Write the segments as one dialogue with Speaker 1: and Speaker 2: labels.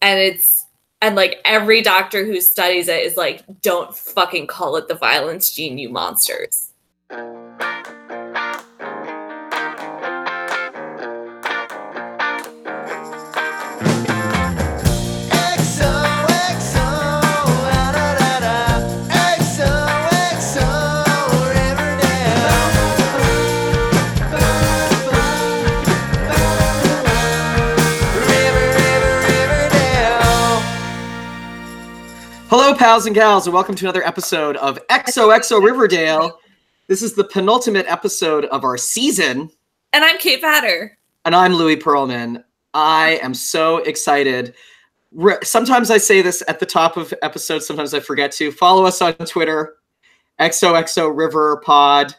Speaker 1: and it's and like every doctor who studies it is like, don't fucking call it the violence gene, you monsters.
Speaker 2: Hello, pals and gals, and welcome to another episode of XOXO Riverdale. This is the penultimate episode of our season,
Speaker 1: And I'm Kate Batter.
Speaker 2: and I'm Louis Pearlman. I am so excited. Re- Sometimes I say this at the top of episodes, sometimes I forget to. Follow us on Twitter, XOXO River Pod.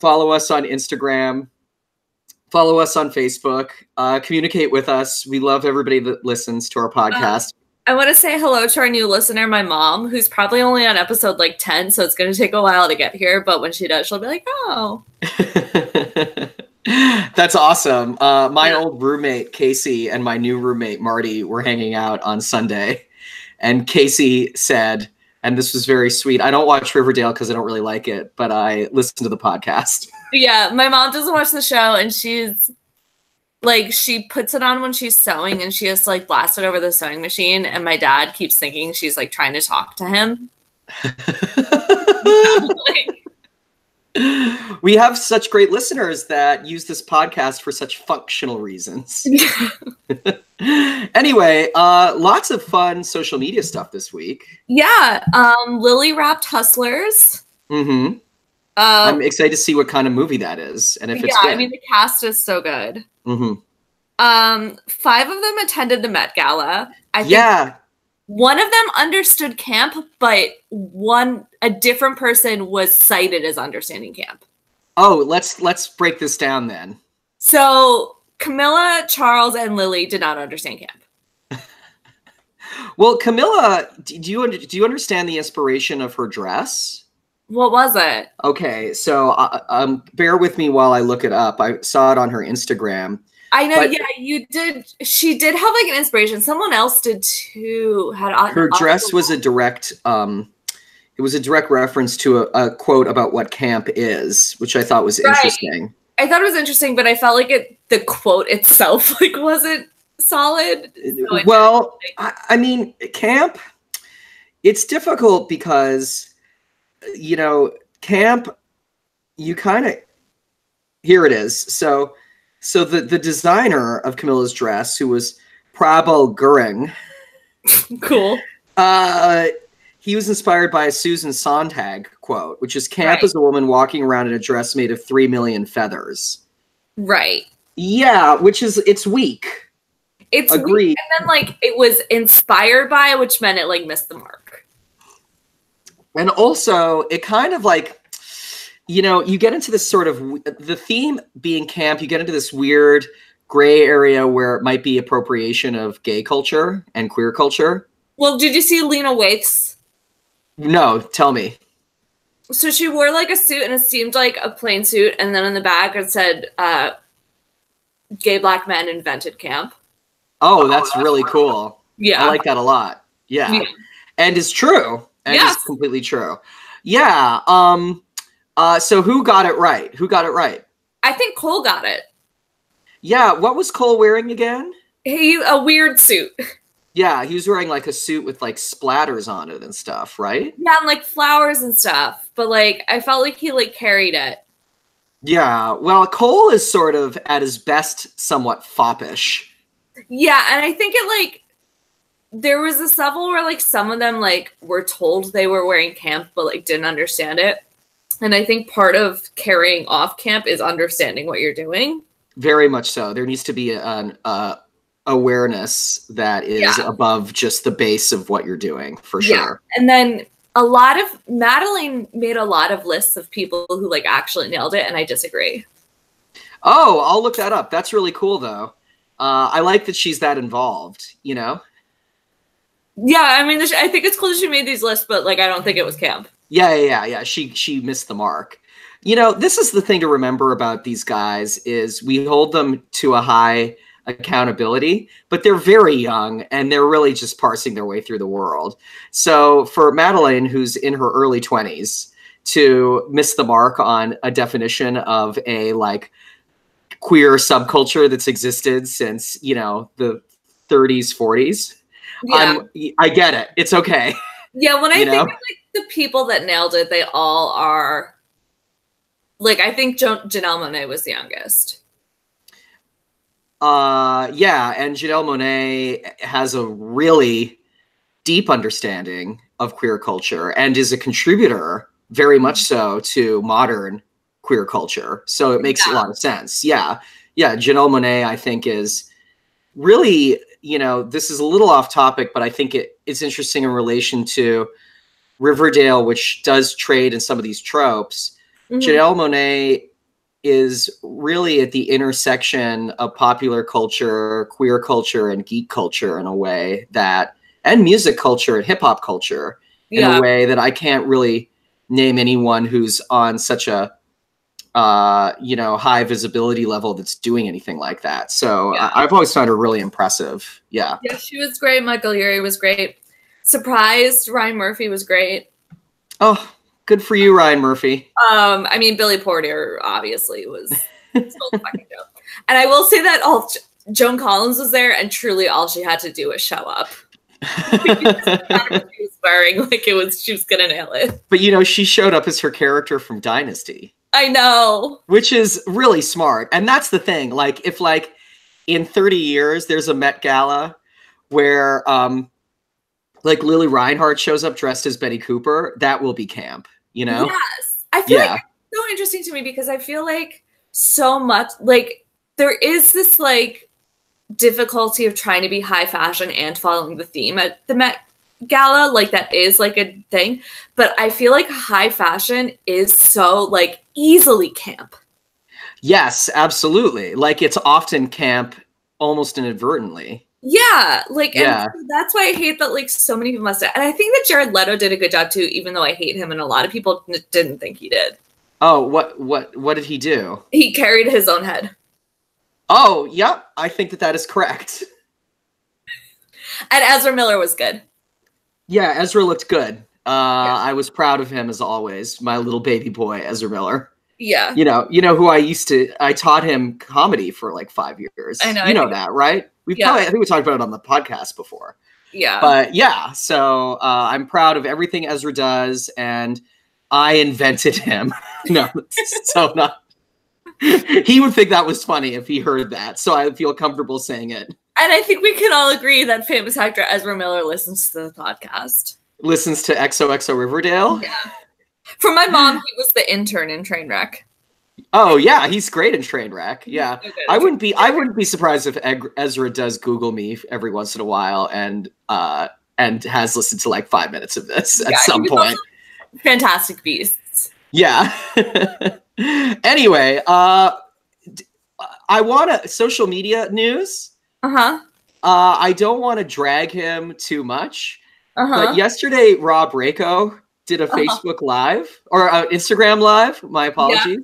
Speaker 2: Follow us on Instagram. Follow us on Facebook. Uh, communicate with us. We love everybody that listens to our podcast.
Speaker 1: I want to say hello to our new listener, my mom, who's probably only on episode like 10, so it's going to take a while to get here. But when she does, she'll be like, oh,
Speaker 2: That's awesome. Uh, my
Speaker 1: Yeah.
Speaker 2: old roommate Casey and my new roommate Marty were hanging out on Sunday, and Casey said, and this was very sweet. I don't watch Riverdale because I don't really like it, but I listen to the podcast.
Speaker 1: But yeah, my mom doesn't watch the show and she's like she puts it on when she's sewing and she has to like blast it over the sewing machine and my dad keeps thinking she's like trying to talk to him. Like,
Speaker 2: we have such great listeners that use this podcast for such functional reasons. anyway, uh, lots of fun social media stuff this week.
Speaker 1: yeah, um Lily wrapped hustlers.
Speaker 2: hmm
Speaker 1: Um
Speaker 2: I'm excited to see what kind of movie that is, and if
Speaker 1: yeah,
Speaker 2: it's good.
Speaker 1: I mean the cast is so good.
Speaker 2: Mhm.
Speaker 1: Um five of them attended the Met Gala. I think
Speaker 2: yeah,
Speaker 1: one of them understood camp, but one a different person was cited as understanding camp.
Speaker 2: Oh, let's let's break this down then.
Speaker 1: So Camilla, Charles, and Lily did not understand camp.
Speaker 2: Well, Camilla, d- do you under- do you understand the inspiration of her dress?
Speaker 1: What was it?
Speaker 2: Okay, so uh, um, bear with me while I look it up. I saw it on her Instagram.
Speaker 1: I know.
Speaker 2: But-
Speaker 1: yeah, you did. She did have like an inspiration. Someone else did too. Had on
Speaker 2: Her dress
Speaker 1: uh,
Speaker 2: was a direct um, it was a direct reference to a, a quote about what camp is, which I thought was
Speaker 1: Right.
Speaker 2: interesting.
Speaker 1: I thought it was interesting, but I felt like it. The quote itself like wasn't solid. So it-
Speaker 2: well, I, I mean, camp, it's difficult because, you know, camp, you kind of, here it is. So, so the, the designer of Camilla's dress, who was Prabal Guring,
Speaker 1: cool.
Speaker 2: uh, he was inspired by a Susan Sontag quote, which is camp
Speaker 1: Right.
Speaker 2: is a woman walking around in a dress made of three million feathers.
Speaker 1: Right.
Speaker 2: Yeah, which is, it's weak.
Speaker 1: It's weird,
Speaker 2: Agreed.
Speaker 1: and then like it was inspired by, which meant it like missed the mark.
Speaker 2: and also it kind of like you know you get into this sort of w- the theme being camp you get into this weird gray area where it might be appropriation of gay culture and queer culture
Speaker 1: Well, did you see Lena Waith's
Speaker 2: no tell me
Speaker 1: So she wore like a suit and it seemed like a plain suit, and then on the back it said, uh, "Gay black men invented camp."
Speaker 2: oh that's really cool
Speaker 1: Yeah,
Speaker 2: i like that a lot yeah,
Speaker 1: Yeah.
Speaker 2: and it's true and
Speaker 1: Yes.
Speaker 2: it's completely true yeah um uh so who got it right who got it right
Speaker 1: I think Cole got it.
Speaker 2: yeah what was cole wearing again
Speaker 1: He a weird suit,
Speaker 2: yeah he was wearing like a suit with like splatters on it and stuff right
Speaker 1: yeah, and like flowers and stuff. But like, I felt like he like carried it.
Speaker 2: Yeah, well, Cole is sort of at his best, somewhat foppish.
Speaker 1: Yeah, and I think it like there was this level where like some of them like were told they were wearing camp, but like didn't understand it. And I think part of carrying off camp is understanding what you're doing.
Speaker 2: Very much so. There needs to be an uh, awareness that is
Speaker 1: Yeah.
Speaker 2: above just the base of what you're doing, for
Speaker 1: Yeah.
Speaker 2: sure.
Speaker 1: and then a lot of Madeline made a lot of lists of people who like actually nailed it, and I disagree.
Speaker 2: Oh, I'll look that up. That's really cool, though. Uh, I like that she's that involved, you know?
Speaker 1: Yeah, I mean, this- I think it's cool that she made these lists, but like, I don't think it was camp.
Speaker 2: Yeah, yeah, yeah, yeah. She she missed the mark. You know, this is the thing to remember about these guys is we hold them to a high accountability, but they're very young and they're really just parsing their way through the world. So for Madeline, who's in her early 20s, to miss the mark on a definition of a like queer subculture that's existed since, you know, the 30s, 40s.
Speaker 1: Yeah.
Speaker 2: I'm- I get it. It's okay.
Speaker 1: Um, Yeah, when I
Speaker 2: You
Speaker 1: think
Speaker 2: know?
Speaker 1: of like the people that nailed it, they all are like I think jo- Janelle Monet was the youngest.
Speaker 2: Uh, yeah, and Janelle Monet has a really deep understanding of queer culture and is a contributor very much so to modern queer culture. So it makes a
Speaker 1: Yeah.
Speaker 2: lot of sense. Yeah. Yeah. Janelle Monet, I think, is really, you know, this is a little off topic, but I think it, it's interesting in relation to Riverdale, which does trade in some of these tropes.
Speaker 1: Mhm.
Speaker 2: Janelle Monet is really at the intersection of popular culture, queer culture, and geek culture in a way that, and music culture and hip hop culture in
Speaker 1: yeah.
Speaker 2: a way that I can't really name anyone who's on such a uh, you know high visibility level that's doing anything like that. So
Speaker 1: Yeah.
Speaker 2: I- I've always found her really impressive. Yeah,
Speaker 1: yeah, she was great. Michael Yuri was great. Surprised Ryan Murphy was great.
Speaker 2: Oh, good for you, Ryan Murphy.
Speaker 1: Um, I mean Billy Porter obviously was so fucking dope. And I will say that all Joan Collins was there, and truly all she had to do was show up. Not what she was wearing like it was she was gonna nail it.
Speaker 2: but you know she showed up as her character from Dynasty.
Speaker 1: I know.
Speaker 2: which is really smart and that's the thing like if like in 30 years there's a met gala where um like lily reinhardt shows up dressed as betty cooper that will be camp you know
Speaker 1: Yes. I feel like
Speaker 2: yeah
Speaker 1: so interesting to me because I feel like so much like there is this like difficulty of trying to be high fashion and following the theme at the Met Gala like that is like a thing but I feel like high fashion is so like easily camp
Speaker 2: yes absolutely like it's often camp almost inadvertently
Speaker 1: yeah like and
Speaker 2: Yeah.
Speaker 1: that's why I hate that like so many people must have and I think that Jared Leto did a good job too even though I hate him and a lot of people n- didn't think he did
Speaker 2: oh what what what did he do
Speaker 1: he carried his own head
Speaker 2: oh yep i think that that is correct
Speaker 1: and Ezra Miller was good
Speaker 2: yeah ezra looked good uh
Speaker 1: Yeah.
Speaker 2: i was proud of him as always my little baby boy ezra miller
Speaker 1: yeah
Speaker 2: you know, you know who I used to. I taught him comedy for like five years.
Speaker 1: I know,
Speaker 2: You
Speaker 1: I
Speaker 2: know
Speaker 1: think-
Speaker 2: that, right? We
Speaker 1: Yeah.
Speaker 2: probably. I think we talked about it on the podcast before.
Speaker 1: yeah
Speaker 2: But yeah, so uh, I'm proud of everything Ezra does, and I invented him. no, so not. he would think that was funny if he heard that, so I feel comfortable saying it.
Speaker 1: And I think we can all agree that famous actor Ezra Miller listens to the podcast.
Speaker 2: Listens to XOXO Riverdale.
Speaker 1: For my mom, he was the intern in Trainwreck.
Speaker 2: Oh yeah, he's great in Trainwreck. Yeah,
Speaker 1: Okay.
Speaker 2: I wouldn't be I wouldn't be surprised if Eg- Ezra does Google me every once in a while and uh and has listened to like five minutes of this
Speaker 1: Yeah,
Speaker 2: at
Speaker 1: he
Speaker 2: some
Speaker 1: was
Speaker 2: point.
Speaker 1: also Fantastic Beasts.
Speaker 2: yeah. anyway, uh d- I want to social media news.
Speaker 1: Uh huh.
Speaker 2: Uh I don't want to drag him too much,
Speaker 1: Uh huh.
Speaker 2: but yesterday Rob Rako did a
Speaker 1: Uh-huh.
Speaker 2: Facebook live or uh, Instagram live, my apologies.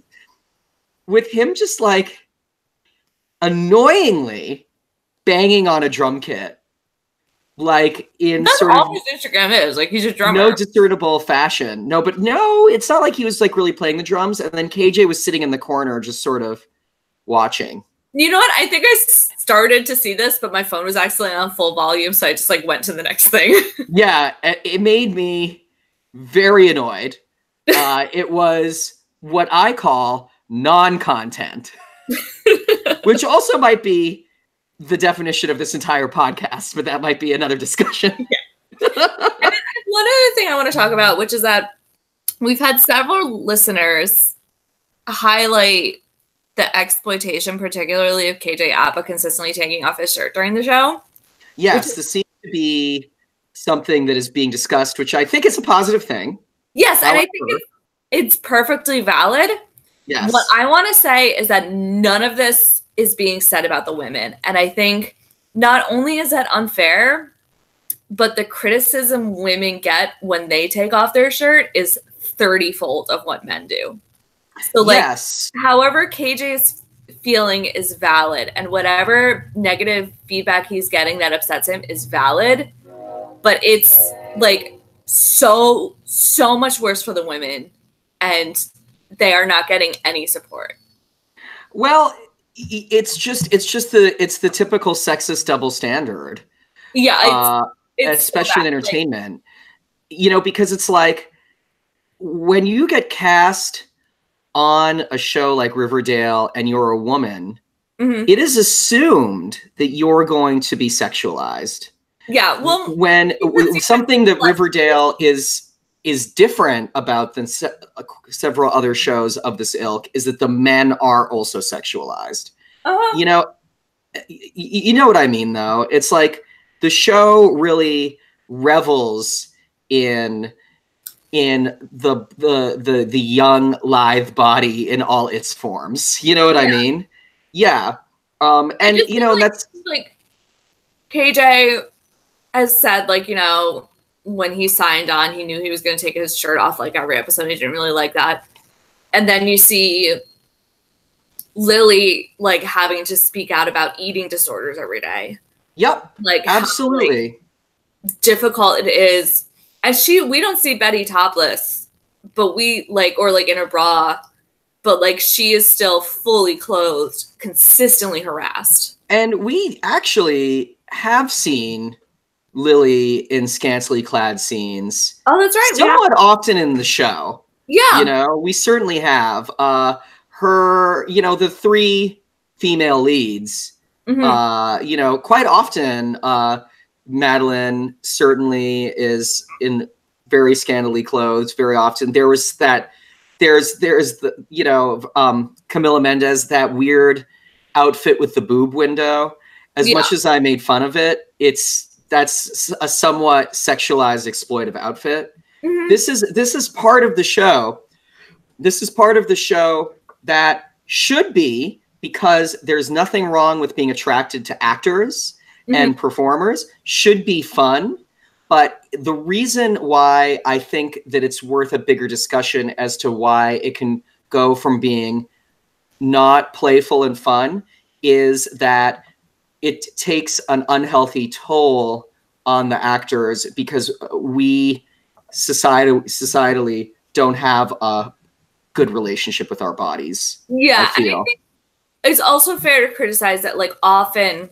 Speaker 2: With him just like annoyingly banging on a drum kit. Like in
Speaker 1: That's
Speaker 2: sort
Speaker 1: all his
Speaker 2: of
Speaker 1: Instagram is. Like he's a drummer.
Speaker 2: no discernible fashion. No, but no, it's not like he was like really playing the drums and then KJ was sitting in the corner just sort of watching.
Speaker 1: you know what? I think I s- started to see this, but my phone was actually on full volume, so I just like went to the next thing.
Speaker 2: yeah, it, it made me very annoyed. Uh, it was what I call non content, which also might be the definition of this entire podcast, but that might be another discussion.
Speaker 1: One other thing I want to talk about, which is that we've had several listeners highlight the exploitation, particularly of KJ Appa consistently taking off his shirt during the show.
Speaker 2: yes, this seems to be something that is being discussed, which I think is a positive thing.
Speaker 1: Yes, and I think
Speaker 2: However-
Speaker 1: it's, it's perfectly valid.
Speaker 2: Yes.
Speaker 1: What I want to say is that none of this is being said about the women. And I think not only is that unfair, but the criticism women get when they take off their shirt is 30 fold of what men do. So, like,
Speaker 2: yes.
Speaker 1: however KJ's feeling is valid and whatever negative feedback he's getting that upsets him is valid but it's like so so much worse for the women and they are not getting any support
Speaker 2: Well, i- it's just it's just the it's the typical sexist double standard,
Speaker 1: yeah it's,
Speaker 2: uh,
Speaker 1: it's so
Speaker 2: especially
Speaker 1: bad. Like,
Speaker 2: in entertainment. You know, because it's like when you get cast on a show like Riverdale and you're a woman,
Speaker 1: mhm.
Speaker 2: it is assumed that you're going to be sexualized.
Speaker 1: yeah well
Speaker 2: when
Speaker 1: because you-
Speaker 2: something that
Speaker 1: like-
Speaker 2: Riverdale is is different about than se- uh, several other shows of this ilk is that the men are also sexualized.
Speaker 1: uh,
Speaker 2: You know, y- y- you know what I mean though. It's like the show really revels in in the the the the young lithe body in all its forms. You know what I
Speaker 1: Yeah.
Speaker 2: mean? Yeah. Um and
Speaker 1: just
Speaker 2: you
Speaker 1: feel
Speaker 2: know
Speaker 1: like-
Speaker 2: that's
Speaker 1: like KJ has said, like, you know, when he signed on, he knew he was going to take his shirt off like every episode. He didn't really like that. And then you see Lily like having to speak out about eating disorders every day.
Speaker 2: yep,
Speaker 1: Like how, like,
Speaker 2: absolutely.
Speaker 1: difficult it is. And she we don't see Betty topless, but we like or like in a bra, but like she is still fully clothed, consistently harassed.
Speaker 2: And we actually have seen Lily in scantily clad scenes
Speaker 1: Oh, that's right. we have-
Speaker 2: somewhat often in the show.
Speaker 1: yeah.
Speaker 2: You know, we certainly have. Uh, her, you know, the three female leads,
Speaker 1: Mhm.
Speaker 2: uh, you know, quite often uh, Madeline certainly is in very scantily clothed very often. There was that, there's, there's the, you know, um, Camila Mendez, that weird outfit with the boob window. As
Speaker 1: Yeah.
Speaker 2: much as I made fun of it, it's, that's s- a somewhat sexualized exploitive outfit
Speaker 1: Mhm.
Speaker 2: this is this is part of the show this is part of the show that should be because there's nothing wrong with being attracted to actors and performers should be fun but the reason why i think that it's worth a bigger discussion as to why it can go from being not playful and fun is that it takes an unhealthy toll on the actors because we society societally don't have a good relationship with our bodies.
Speaker 1: yeah
Speaker 2: I feel.
Speaker 1: and I think it's also fair to criticize that like often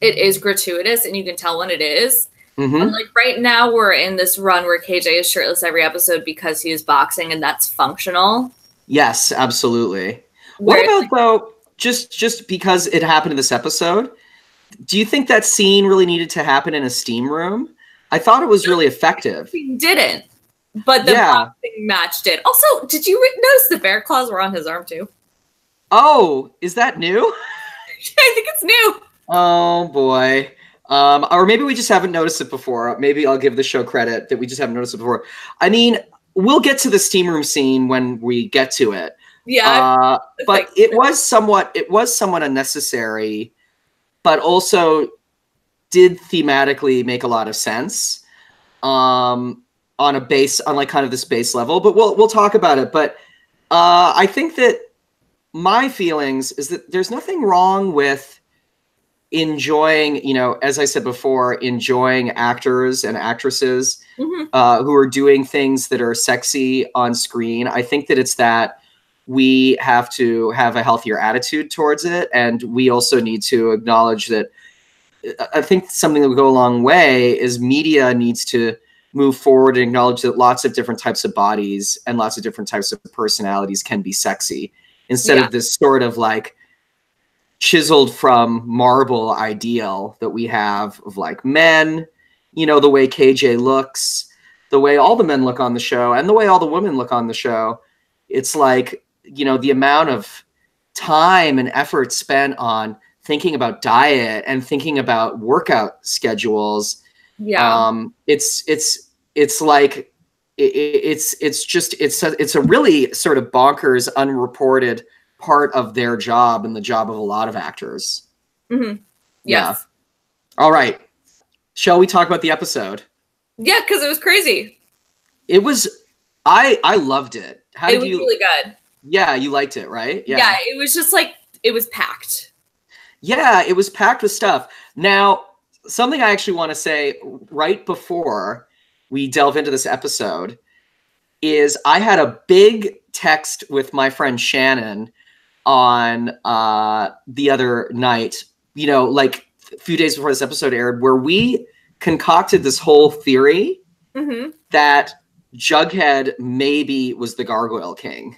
Speaker 1: it is gratuitous and you can tell when it is.
Speaker 2: Mhm.
Speaker 1: And, like right now we're in this run where kj is shirtless every episode because he is boxing and that's functional
Speaker 2: Yes, absolutely.
Speaker 1: Where-
Speaker 2: What about though? Just just because it happened in this episode, do you think that scene really needed to happen in a steam room? I thought it was really effective.
Speaker 1: he didn't but the
Speaker 2: Yeah.
Speaker 1: boxing match did also did you re- notice the bear claws were on his arm too
Speaker 2: Oh, is that new?
Speaker 1: i think it's new
Speaker 2: Oh boy. Um, or maybe we just haven't noticed it before. Maybe I'll give the show credit that we just haven't noticed it before. I mean, we'll get to the steam room scene when we get to it.
Speaker 1: yeah
Speaker 2: Uh,
Speaker 1: it's
Speaker 2: but
Speaker 1: like-
Speaker 2: it was somewhat it was somewhat unnecessary but also did thematically make a lot of sense um on a base on like kind of this base level but we'll we'll talk about it but uh i think that my feelings is that there's nothing wrong with enjoying you know as i said before enjoying actors and actresses
Speaker 1: Mhm.
Speaker 2: uh, who are doing things that are sexy on screen. I think that it's that we have to have a healthier attitude towards it, and we also need to acknowledge that. uh, I- I think something that would go a long way is media needs to move forward and acknowledge that lots of different types of bodies and lots of different types of personalities can be sexy instead
Speaker 1: Yeah.
Speaker 2: of this sort of like chiseled from marble ideal that we have of like men, you know, the way KJ looks, the way all the men look on the show and the way all the women look on the show it's like you know the amount of time and effort spent on thinking about diet and thinking about workout schedules
Speaker 1: yeah
Speaker 2: um it's it's it's like i i it's it's just it's a, it's a really sort of bonkers unreported part of their job and the job of a lot of actors
Speaker 1: hmm
Speaker 2: yeah.
Speaker 1: yes
Speaker 2: all right shall we talk about the episode
Speaker 1: yeah because it was crazy
Speaker 2: it was i i loved it how
Speaker 1: it
Speaker 2: did
Speaker 1: was
Speaker 2: you
Speaker 1: really good
Speaker 2: Yeah, you liked it, right?
Speaker 1: yeah. it was just like it was packed.
Speaker 2: Yeah, it was packed with stuff. Now, something I actually want to say right before we delve into this episode is I had a big text with my friend Shannon on uh, the other night, you know, like a few days before this episode aired, where we concocted this whole theory
Speaker 1: hmm
Speaker 2: that Jughead maybe was the Gargoyle King.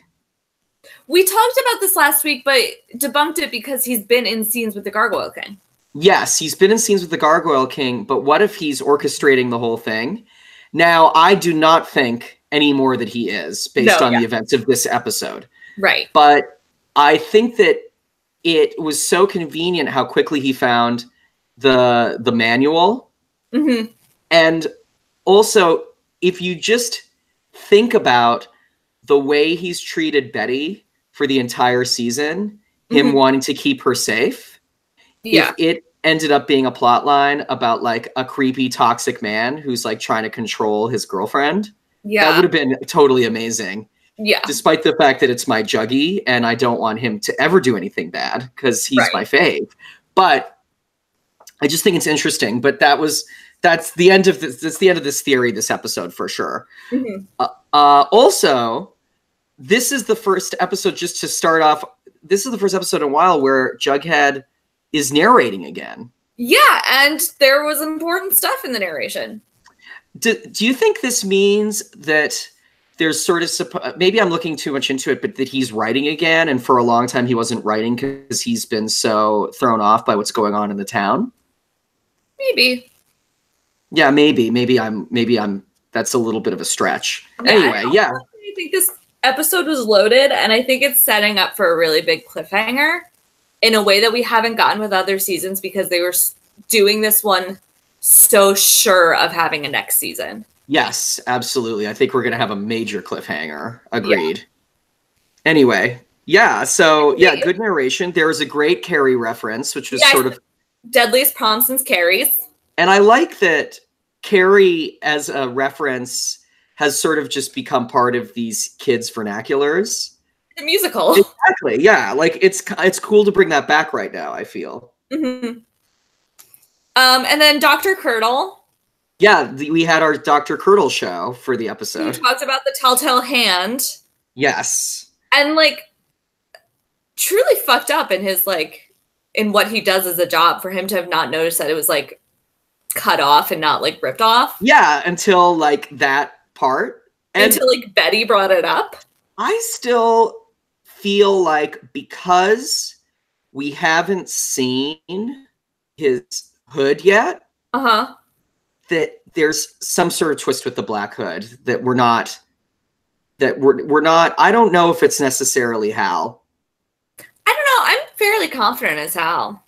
Speaker 1: We talked about this last week, but debunked it because he's been in scenes with the Gargoyle King.
Speaker 2: Yes, he's been in scenes with the Gargoyle King, but what if he's orchestrating the whole thing? Now, I do not think any more that he is based
Speaker 1: No,
Speaker 2: on
Speaker 1: yeah.
Speaker 2: the events of this episode.
Speaker 1: Right.
Speaker 2: But I think that it was so convenient how quickly he found the the manual
Speaker 1: hmm
Speaker 2: and also if you just think about the way he's treated Betty for the entire season, him
Speaker 1: Mhm.
Speaker 2: wanting to keep her safe
Speaker 1: Yeah.
Speaker 2: if it ended up being a plot line about like a creepy toxic man who's like trying to control his girlfriend that
Speaker 1: Yeah.
Speaker 2: would have been totally amazing
Speaker 1: yeah.
Speaker 2: despite the fact that it's my juggy and i don't want him to ever do anything bad because he's
Speaker 1: Right.
Speaker 2: my fave but i just think it's interesting but that was that's the end of this that's the end of this theory this episode for sure
Speaker 1: Mhm.
Speaker 2: uh, also, this is the first episode, just to start off, this is the first episode in a while where Jughead is narrating again.
Speaker 1: Yeah. And there was important stuff in the narration.
Speaker 2: Do, do you think this means that there's sort of, suppo- maybe I'm looking too much into it, but that he's writing again? And for a long time, he wasn't writing because he's been so thrown off by what's going on in the town?
Speaker 1: Maybe.
Speaker 2: Yeah, maybe. Maybe I'm, maybe I'm, that's a little bit of a stretch.
Speaker 1: Yeah, I
Speaker 2: anyway,
Speaker 1: don't
Speaker 2: yeah.
Speaker 1: I think this episode was loaded, and I think it's setting up for a really big cliffhanger in a way that we haven't gotten with other seasons because they were s- doing this one so sure of having a next season.
Speaker 2: Yes, absolutely. I think we're going to have a major cliffhanger. Agreed. Anyway, yeah, so yeah,
Speaker 1: Yeah.
Speaker 2: good narration. There was a great Carrie reference, which was
Speaker 1: Yes.
Speaker 2: sort of
Speaker 1: Deadliest Prom since Carrie's.
Speaker 2: and I like that Carrie as a reference has sort of just become part of these kids vernaculars.
Speaker 1: The musical.
Speaker 2: Exactly. Yeah, like it's it's cool to bring that back right now, I feel.
Speaker 1: Mhm. Um, and then Dr. Curdle,
Speaker 2: Yeah, the, we had our Dr. Curdle show for the
Speaker 1: who
Speaker 2: episode.
Speaker 1: talked about the telltale hand
Speaker 2: Yes.
Speaker 1: and like truly fucked up in his like in what he does as a job for him to have not noticed that it was like cut off and not like ripped off
Speaker 2: Yeah, until like that part. And
Speaker 1: until like Betty brought it up.
Speaker 2: I still feel like because we haven't seen his hood yet,
Speaker 1: Uh huh.
Speaker 2: that there's some sort of twist with the black hood that we're not that we're we're not I don't know if it's necessarily Hal.
Speaker 1: I don't know. I'm fairly confident as hell.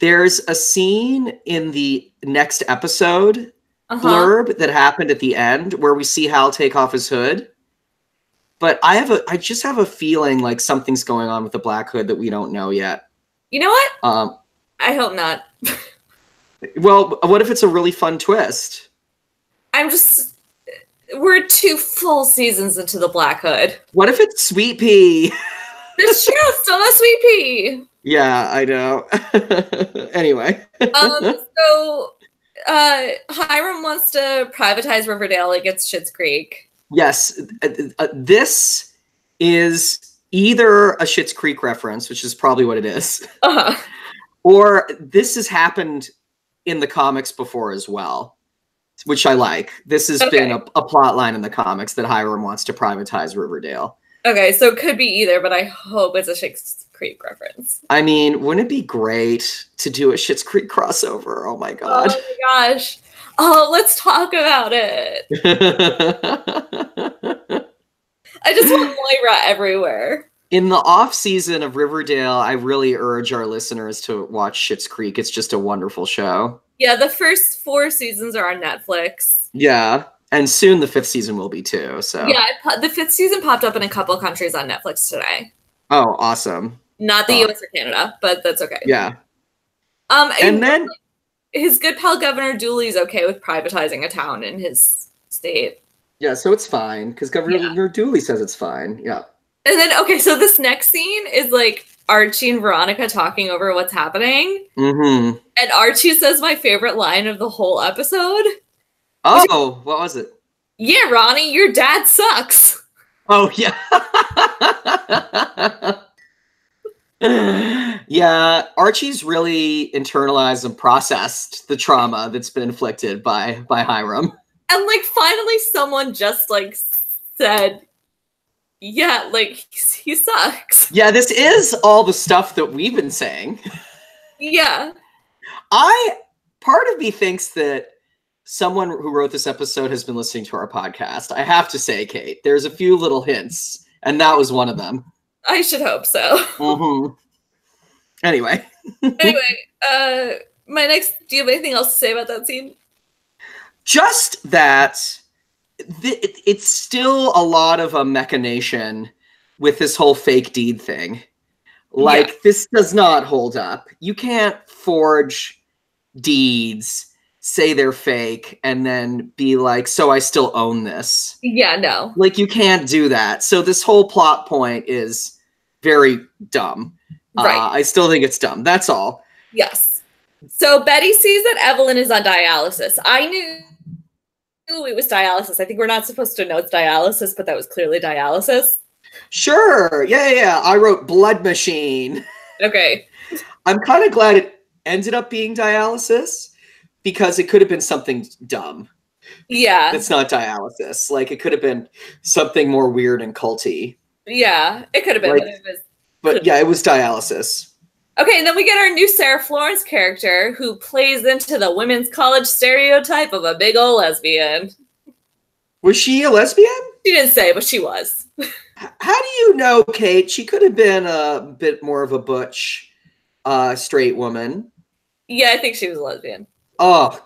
Speaker 2: There's a scene in the next episode
Speaker 1: Uh huh.
Speaker 2: blurb that happened at the end where we see Hal take off his hood. But I have a I just have a feeling like something's going on with the black hood that we don't know yet.
Speaker 1: You know what?
Speaker 2: Um
Speaker 1: I hope not.
Speaker 2: Well, what if it's a really fun twist?
Speaker 1: I'm just. We're two full seasons into the Black Hood.
Speaker 2: What if it's Sweet Pea?
Speaker 1: This show still no sweet pea.
Speaker 2: Yeah, I know. anyway,
Speaker 1: Um, so uh, Hiram wants to privatize Riverdale like it's Schitt's Creek.
Speaker 2: yes, uh, uh, this is either a Schitt's Creek reference, which is probably what it is,
Speaker 1: Uh-huh.
Speaker 2: or this has happened in the comics before as well, which I like. This has been a, a plot line in the comics that Hiram wants to privatize Riverdale.
Speaker 1: Okay, so it could be either, but I hope it's a Schitt's Creek reference.
Speaker 2: I mean, wouldn't it be great to do a Schitt's Creek crossover? Oh
Speaker 1: Oh
Speaker 2: my god.
Speaker 1: my gosh. Oh, let's talk about it. I just want Moira everywhere.
Speaker 2: In the off season of Riverdale, I really urge our listeners to watch Schitt's Creek. It's just a wonderful show.
Speaker 1: Yeah, the first four seasons are on Netflix.
Speaker 2: Yeah. And soon the fifth season will be too. So
Speaker 1: Yeah, it po- the fifth season popped up in a couple countries on Netflix today.
Speaker 2: oh awesome.
Speaker 1: Not the
Speaker 2: Oh.
Speaker 1: US or Canada, but that's okay.
Speaker 2: Yeah.
Speaker 1: Um,
Speaker 2: And then
Speaker 1: his good pal Governor Dooley's okay with privatizing a town in his state.
Speaker 2: yeah, so it's fine because Governor Dooley says it's fine. Yeah.
Speaker 1: And then okay, so this next scene is like Archie and Veronica talking over what's happening.
Speaker 2: hmm
Speaker 1: And Archie says my favorite line of the whole episode.
Speaker 2: Oh, what was it?
Speaker 1: Yeah, Ronnie, your dad sucks.
Speaker 2: Oh yeah. yeah, Archie's really internalized and processed the trauma that's been inflicted by by Hiram.
Speaker 1: And like finally someone just like said, yeah, like he sucks.
Speaker 2: Yeah, this is all the stuff that we've been saying.
Speaker 1: Yeah.
Speaker 2: I part of me thinks that someone who wrote this episode has been listening to our podcast. I have to say, Kate, there's a few little hints, and that was one of them.
Speaker 1: I should hope so.
Speaker 2: hmm Anyway,
Speaker 1: anyway, uh my next do you have anything else to say about that scene?
Speaker 2: just that th- it- it's still a lot of a machination with this whole fake deed thing. Like, this does not hold up. You can't forge deeds, say they're fake, and then be like, so I still own this.
Speaker 1: Yeah, no.
Speaker 2: Like, you can't do that. So, this whole plot point is very dumb. Uh,
Speaker 1: Right.
Speaker 2: I still think it's dumb. That's all.
Speaker 1: Yes. So Betty sees that Evelyn is on dialysis. I knew knew it was dialysis. I think we're not supposed to know it's dialysis, but that was clearly dialysis.
Speaker 2: Sure. Yeah, yeah, yeah. I wrote blood machine.
Speaker 1: Okay.
Speaker 2: I'm kind of glad it ended up being dialysis because it could have been something dumb.
Speaker 1: Yeah.
Speaker 2: It's not dialysis. Like it could have been something more weird and culty.
Speaker 1: Yeah. It could have been.
Speaker 2: Like-
Speaker 1: but it was-
Speaker 2: But yeah, it was dialysis.
Speaker 1: Okay, and then we get our new Sarah Florence character who plays into the women's college stereotype of a big old lesbian.
Speaker 2: Was she a lesbian?
Speaker 1: She didn't say, but she was.
Speaker 2: H- How do you know, Kate? She could have been a bit more of a butch uh, straight woman.
Speaker 1: Yeah, I think she was a lesbian.
Speaker 2: Oh,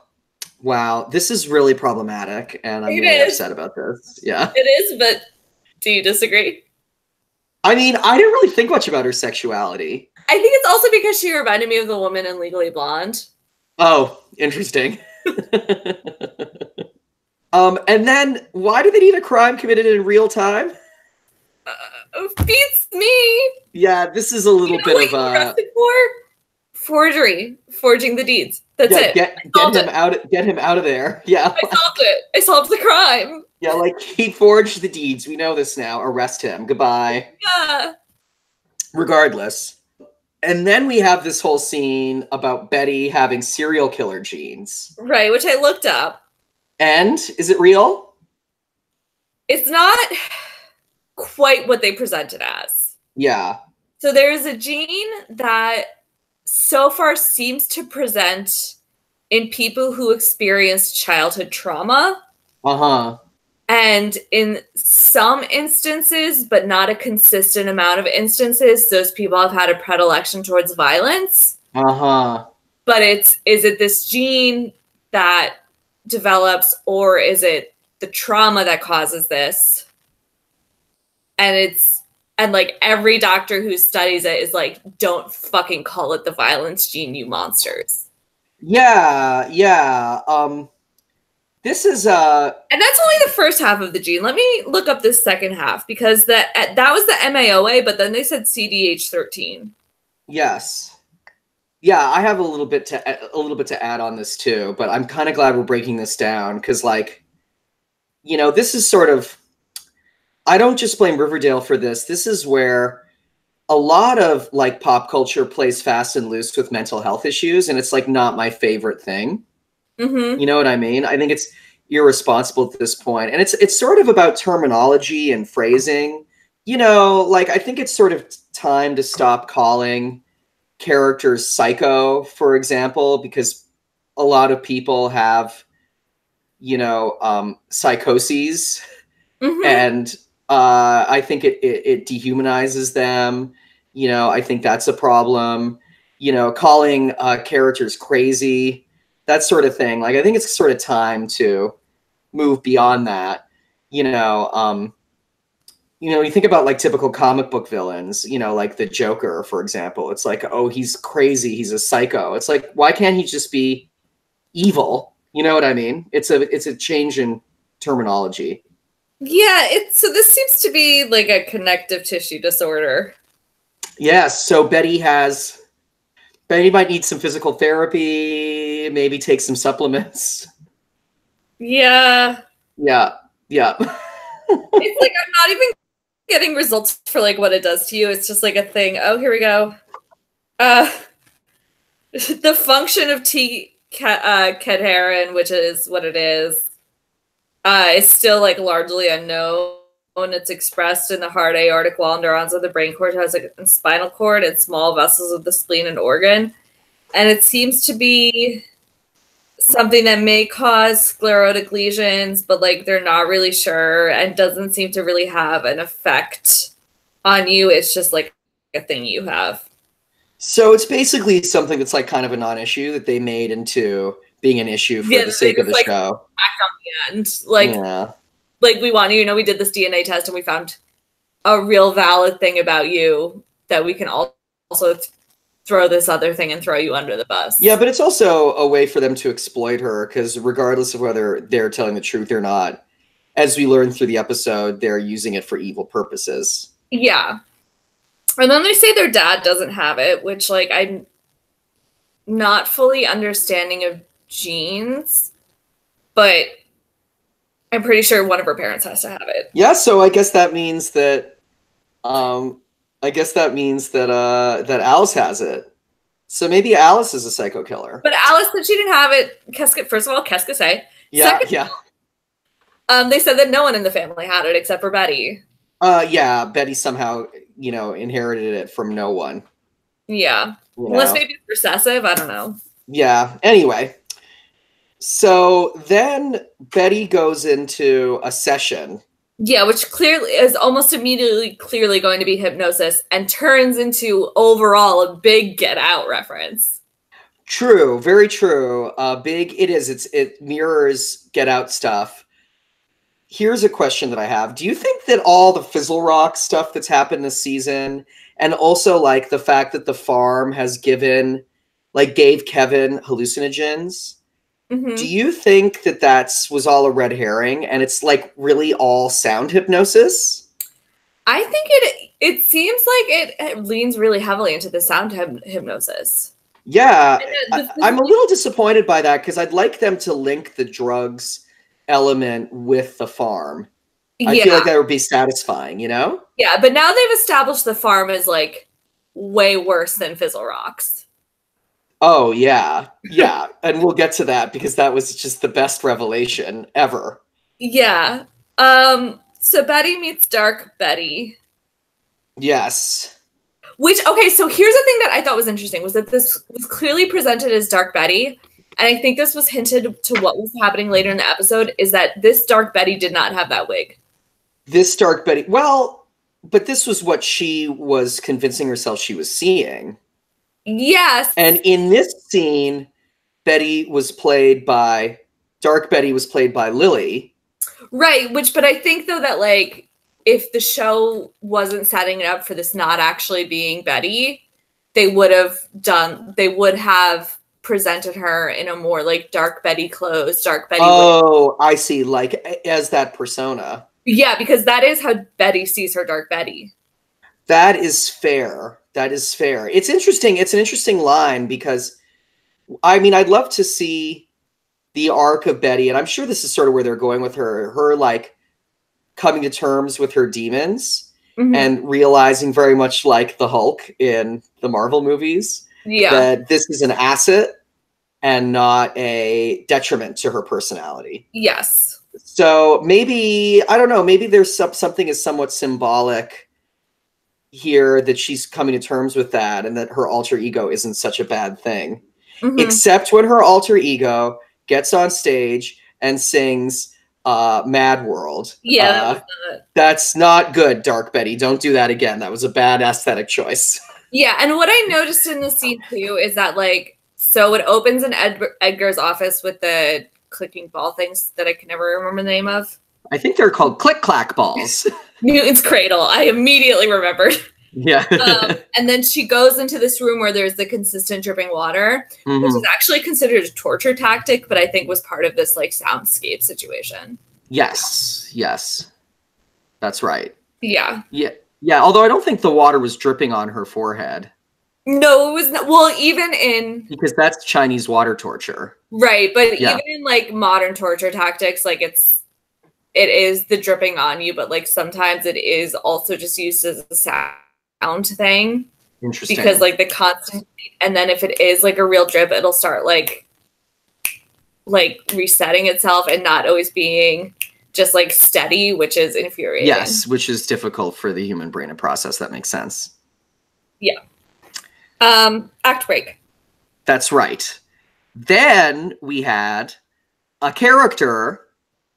Speaker 2: wow. This is really problematic. And I'm
Speaker 1: It
Speaker 2: really
Speaker 1: is.
Speaker 2: upset about this. Yeah.
Speaker 1: It is, but do you disagree?
Speaker 2: I mean, I didn't really think much about her sexuality.
Speaker 1: I think it's also because she reminded me of the woman in Legally Blonde.
Speaker 2: Oh, interesting. um, and then why do they need a crime committed in real time?
Speaker 1: Oh, beats me.
Speaker 2: Yeah, this is a little
Speaker 1: You know
Speaker 2: bit of uh,
Speaker 1: what
Speaker 2: a
Speaker 1: arrested for forgery, forging the deeds. That's
Speaker 2: yeah,
Speaker 1: it.
Speaker 2: get
Speaker 1: solved
Speaker 2: get him out get him out of there. Yeah,
Speaker 1: I solved it. I solved the crime.
Speaker 2: yeah, like he forged the deeds. We know this now. Arrest him. Goodbye.
Speaker 1: Yeah.
Speaker 2: Regardless. And then we have this whole scene about Betty having serial killer genes.
Speaker 1: Right, which I looked up.
Speaker 2: And is it real?
Speaker 1: It's not quite what they present it as.
Speaker 2: Yeah.
Speaker 1: So there is a gene that so far seems to present in people who experience childhood trauma.
Speaker 2: Uh-huh.
Speaker 1: And in some instances, but not a consistent amount of instances, those people have had a predilection towards violence.
Speaker 2: Uh-huh.
Speaker 1: But it's is it this gene that develops, or is it the trauma that causes this? And it's and like every doctor who studies it is like, don't fucking call it the violence gene, you monsters.
Speaker 2: Yeah, yeah. Um this is uh
Speaker 1: And that's only the first half of the gene. Let me look up this second half because that that was the MAOA, but then they said CDH13.
Speaker 2: Yes. Yeah, I have a little bit to a little bit to add on this too, but I'm kind of glad we're breaking this down cuz like you know, this is sort of I don't just blame Riverdale for this. This is where a lot of like pop culture plays fast and loose with mental health issues and it's like not my favorite thing.
Speaker 1: Mm-hmm.
Speaker 2: You know what I mean? I think it's irresponsible at this point. And it's it's sort of about terminology and phrasing. You know, like I think it's sort of time to stop calling characters psycho, for example, because a lot of people have, you know, um, psychoses
Speaker 1: Mm-hmm.
Speaker 2: and uh, I think it, it it dehumanizes them. You know, I think that's a problem. You know, calling uh, characters crazy, that sort of thing. Like, I think it's sort of time to move beyond that. You know, um, you know, you think about like typical comic book villains. You know, like the Joker, for example. It's like, oh, he's crazy. He's a psycho. It's like, why can't he just be evil? You know what I mean? It's a it's a change in terminology.
Speaker 1: Yeah, it's so this seems to be like a connective tissue disorder.
Speaker 2: Yes. So Betty has. Betty might need some physical therapy. Maybe take some supplements.
Speaker 1: Yeah.
Speaker 2: Yeah. Yeah.
Speaker 1: It's like I'm not even getting results for like what it does to you. It's just like a thing. Oh, here we go. Uh the function of T ca- uh cadherin, which is what it is, uh is still like largely unknown. It's expressed in the heart, aortic wall, neurons of the brain cortex and spinal cord and small vessels of the spleen and organ. And it seems to be something that may cause sclerotic lesions, but like they're not really sure and doesn't seem to really have an effect on you. It's just like a thing you have.
Speaker 2: So it's basically something that's like kind of a non-issue that they made into being an issue for
Speaker 1: Yeah,
Speaker 2: the sake of the
Speaker 1: it's like-
Speaker 2: show.
Speaker 1: And like
Speaker 2: yeah.
Speaker 1: like we want you, you know, we did this DNA test and we found a real valid thing about you that we can al- also th- throw this other thing and throw you under the bus.
Speaker 2: Yeah, but it's also a way for them to exploit her because regardless of whether they're telling the truth or not, as we learn through the episode, they're using it for evil purposes.
Speaker 1: Yeah. And then they say their dad doesn't have it, which like I'm not fully understanding of genes, but I'm pretty sure one of her parents has to have it.
Speaker 2: Yeah, so I guess that means that um I guess that means that uh that Alice has it. So maybe Alice is a psycho killer.
Speaker 1: But Alice said she didn't have it. Keska, first of all, Keska say.
Speaker 2: Yeah,
Speaker 1: Second-
Speaker 2: yeah.
Speaker 1: Um, they said that no one in the family had it except for Betty.
Speaker 2: Uh yeah, Betty somehow, you know, inherited it from no one.
Speaker 1: Yeah.
Speaker 2: you
Speaker 1: Unless
Speaker 2: know?
Speaker 1: maybe it's recessive. I don't know.
Speaker 2: Yeah. Anyway, so then Betty goes into a session.
Speaker 1: Yeah, which clearly is almost immediately clearly going to be hypnosis and turns into overall a big get out reference.
Speaker 2: True, very true. Uh, big it is. It's it mirrors Get Out stuff. Here's a question that I have: Do you think that all the Fizzle Rock stuff that's happened this season, and also like the fact that the farm has given, like, gave Kevin hallucinogens?
Speaker 1: Mhm.
Speaker 2: Do you think that that's was all a red herring, and it's like really all sound hypnosis?
Speaker 1: I think it it seems like it, it leans really heavily into the sound hyp- hypnosis.
Speaker 2: Yeah,
Speaker 1: And
Speaker 2: I,
Speaker 1: the- the-
Speaker 2: I'm a little disappointed by that because I'd like them to link the drugs element with the farm. I
Speaker 1: yeah,
Speaker 2: feel like that would be satisfying, you know?
Speaker 1: yeah, but now they've established the farm is like way worse than Fizzle Rocks.
Speaker 2: Oh, yeah. Yeah. and we'll get to that because that was just the best revelation ever.
Speaker 1: Yeah. Um. So Betty meets Dark Betty.
Speaker 2: Yes.
Speaker 1: Which okay, so here's the thing that I thought was interesting was that this was clearly presented as Dark Betty, and I think this was hinted to what was happening later in the episode is that this Dark Betty did not have that wig.
Speaker 2: This Dark Betty. Well, but this was what she was convincing herself she was seeing.
Speaker 1: Yes,
Speaker 2: And in this scene, Betty was played by. Dark Betty was played by Lily.
Speaker 1: right. Which, but I think though that like if the show wasn't setting it up for this not actually being Betty, they would have done. They would have presented her in a more like Dark Betty clothes, Dark Betty. wig.
Speaker 2: Oh, I see. Like a- as that persona.
Speaker 1: Yeah, because that is how Betty sees her Dark Betty.
Speaker 2: That is fair. That is fair. It's interesting. It's an interesting line because I mean, I'd love to see the arc of Betty, and I'm sure this is sort of where they're going with her, her like coming to terms with her demons
Speaker 1: Mhm.
Speaker 2: and realizing very much like the Hulk in the Marvel movies
Speaker 1: yeah.
Speaker 2: that this is an asset and not a detriment to her personality.
Speaker 1: yes.
Speaker 2: So maybe I don't know. Maybe there's some, something is somewhat symbolic here that she's coming to terms with that, and that her alter ego isn't such a bad thing.
Speaker 1: Mhm.
Speaker 2: Except when her alter ego gets on stage and sings uh, "Mad World."
Speaker 1: Yeah, that
Speaker 2: Uh,
Speaker 1: was not-
Speaker 2: that's not good, Dark Betty. Don't do that again. That was a bad aesthetic choice.
Speaker 1: yeah. And what I noticed in the scene too is that like, so it opens in Ed- Edgar's office with the clicking ball things that I can never remember the name of.
Speaker 2: I think they're called click clack balls.
Speaker 1: Newton's cradle. I immediately remembered.
Speaker 2: yeah.
Speaker 1: Um, and then she goes into this room where there's the consistent dripping water, which
Speaker 2: Mhm.
Speaker 1: is actually considered a torture tactic, but I think was part of this like soundscape situation.
Speaker 2: Yes. Yes. That's right.
Speaker 1: Yeah.
Speaker 2: Yeah. Yeah, although I don't think the water was dripping on her forehead
Speaker 1: No, it was not. Well, even in
Speaker 2: because that's Chinese water torture.
Speaker 1: right, but
Speaker 2: Yeah.
Speaker 1: even in like modern torture tactics, like it's it is the dripping on you, but like sometimes it is also just used as a sound thing
Speaker 2: Interesting.
Speaker 1: because like the constant. And then if it is like a real drip, it'll start like like resetting itself and not always being just like steady, which is infuriating.
Speaker 2: yes, which is difficult for the human brain to process. That makes sense.
Speaker 1: Um, act break.
Speaker 2: That's right. Then we had a character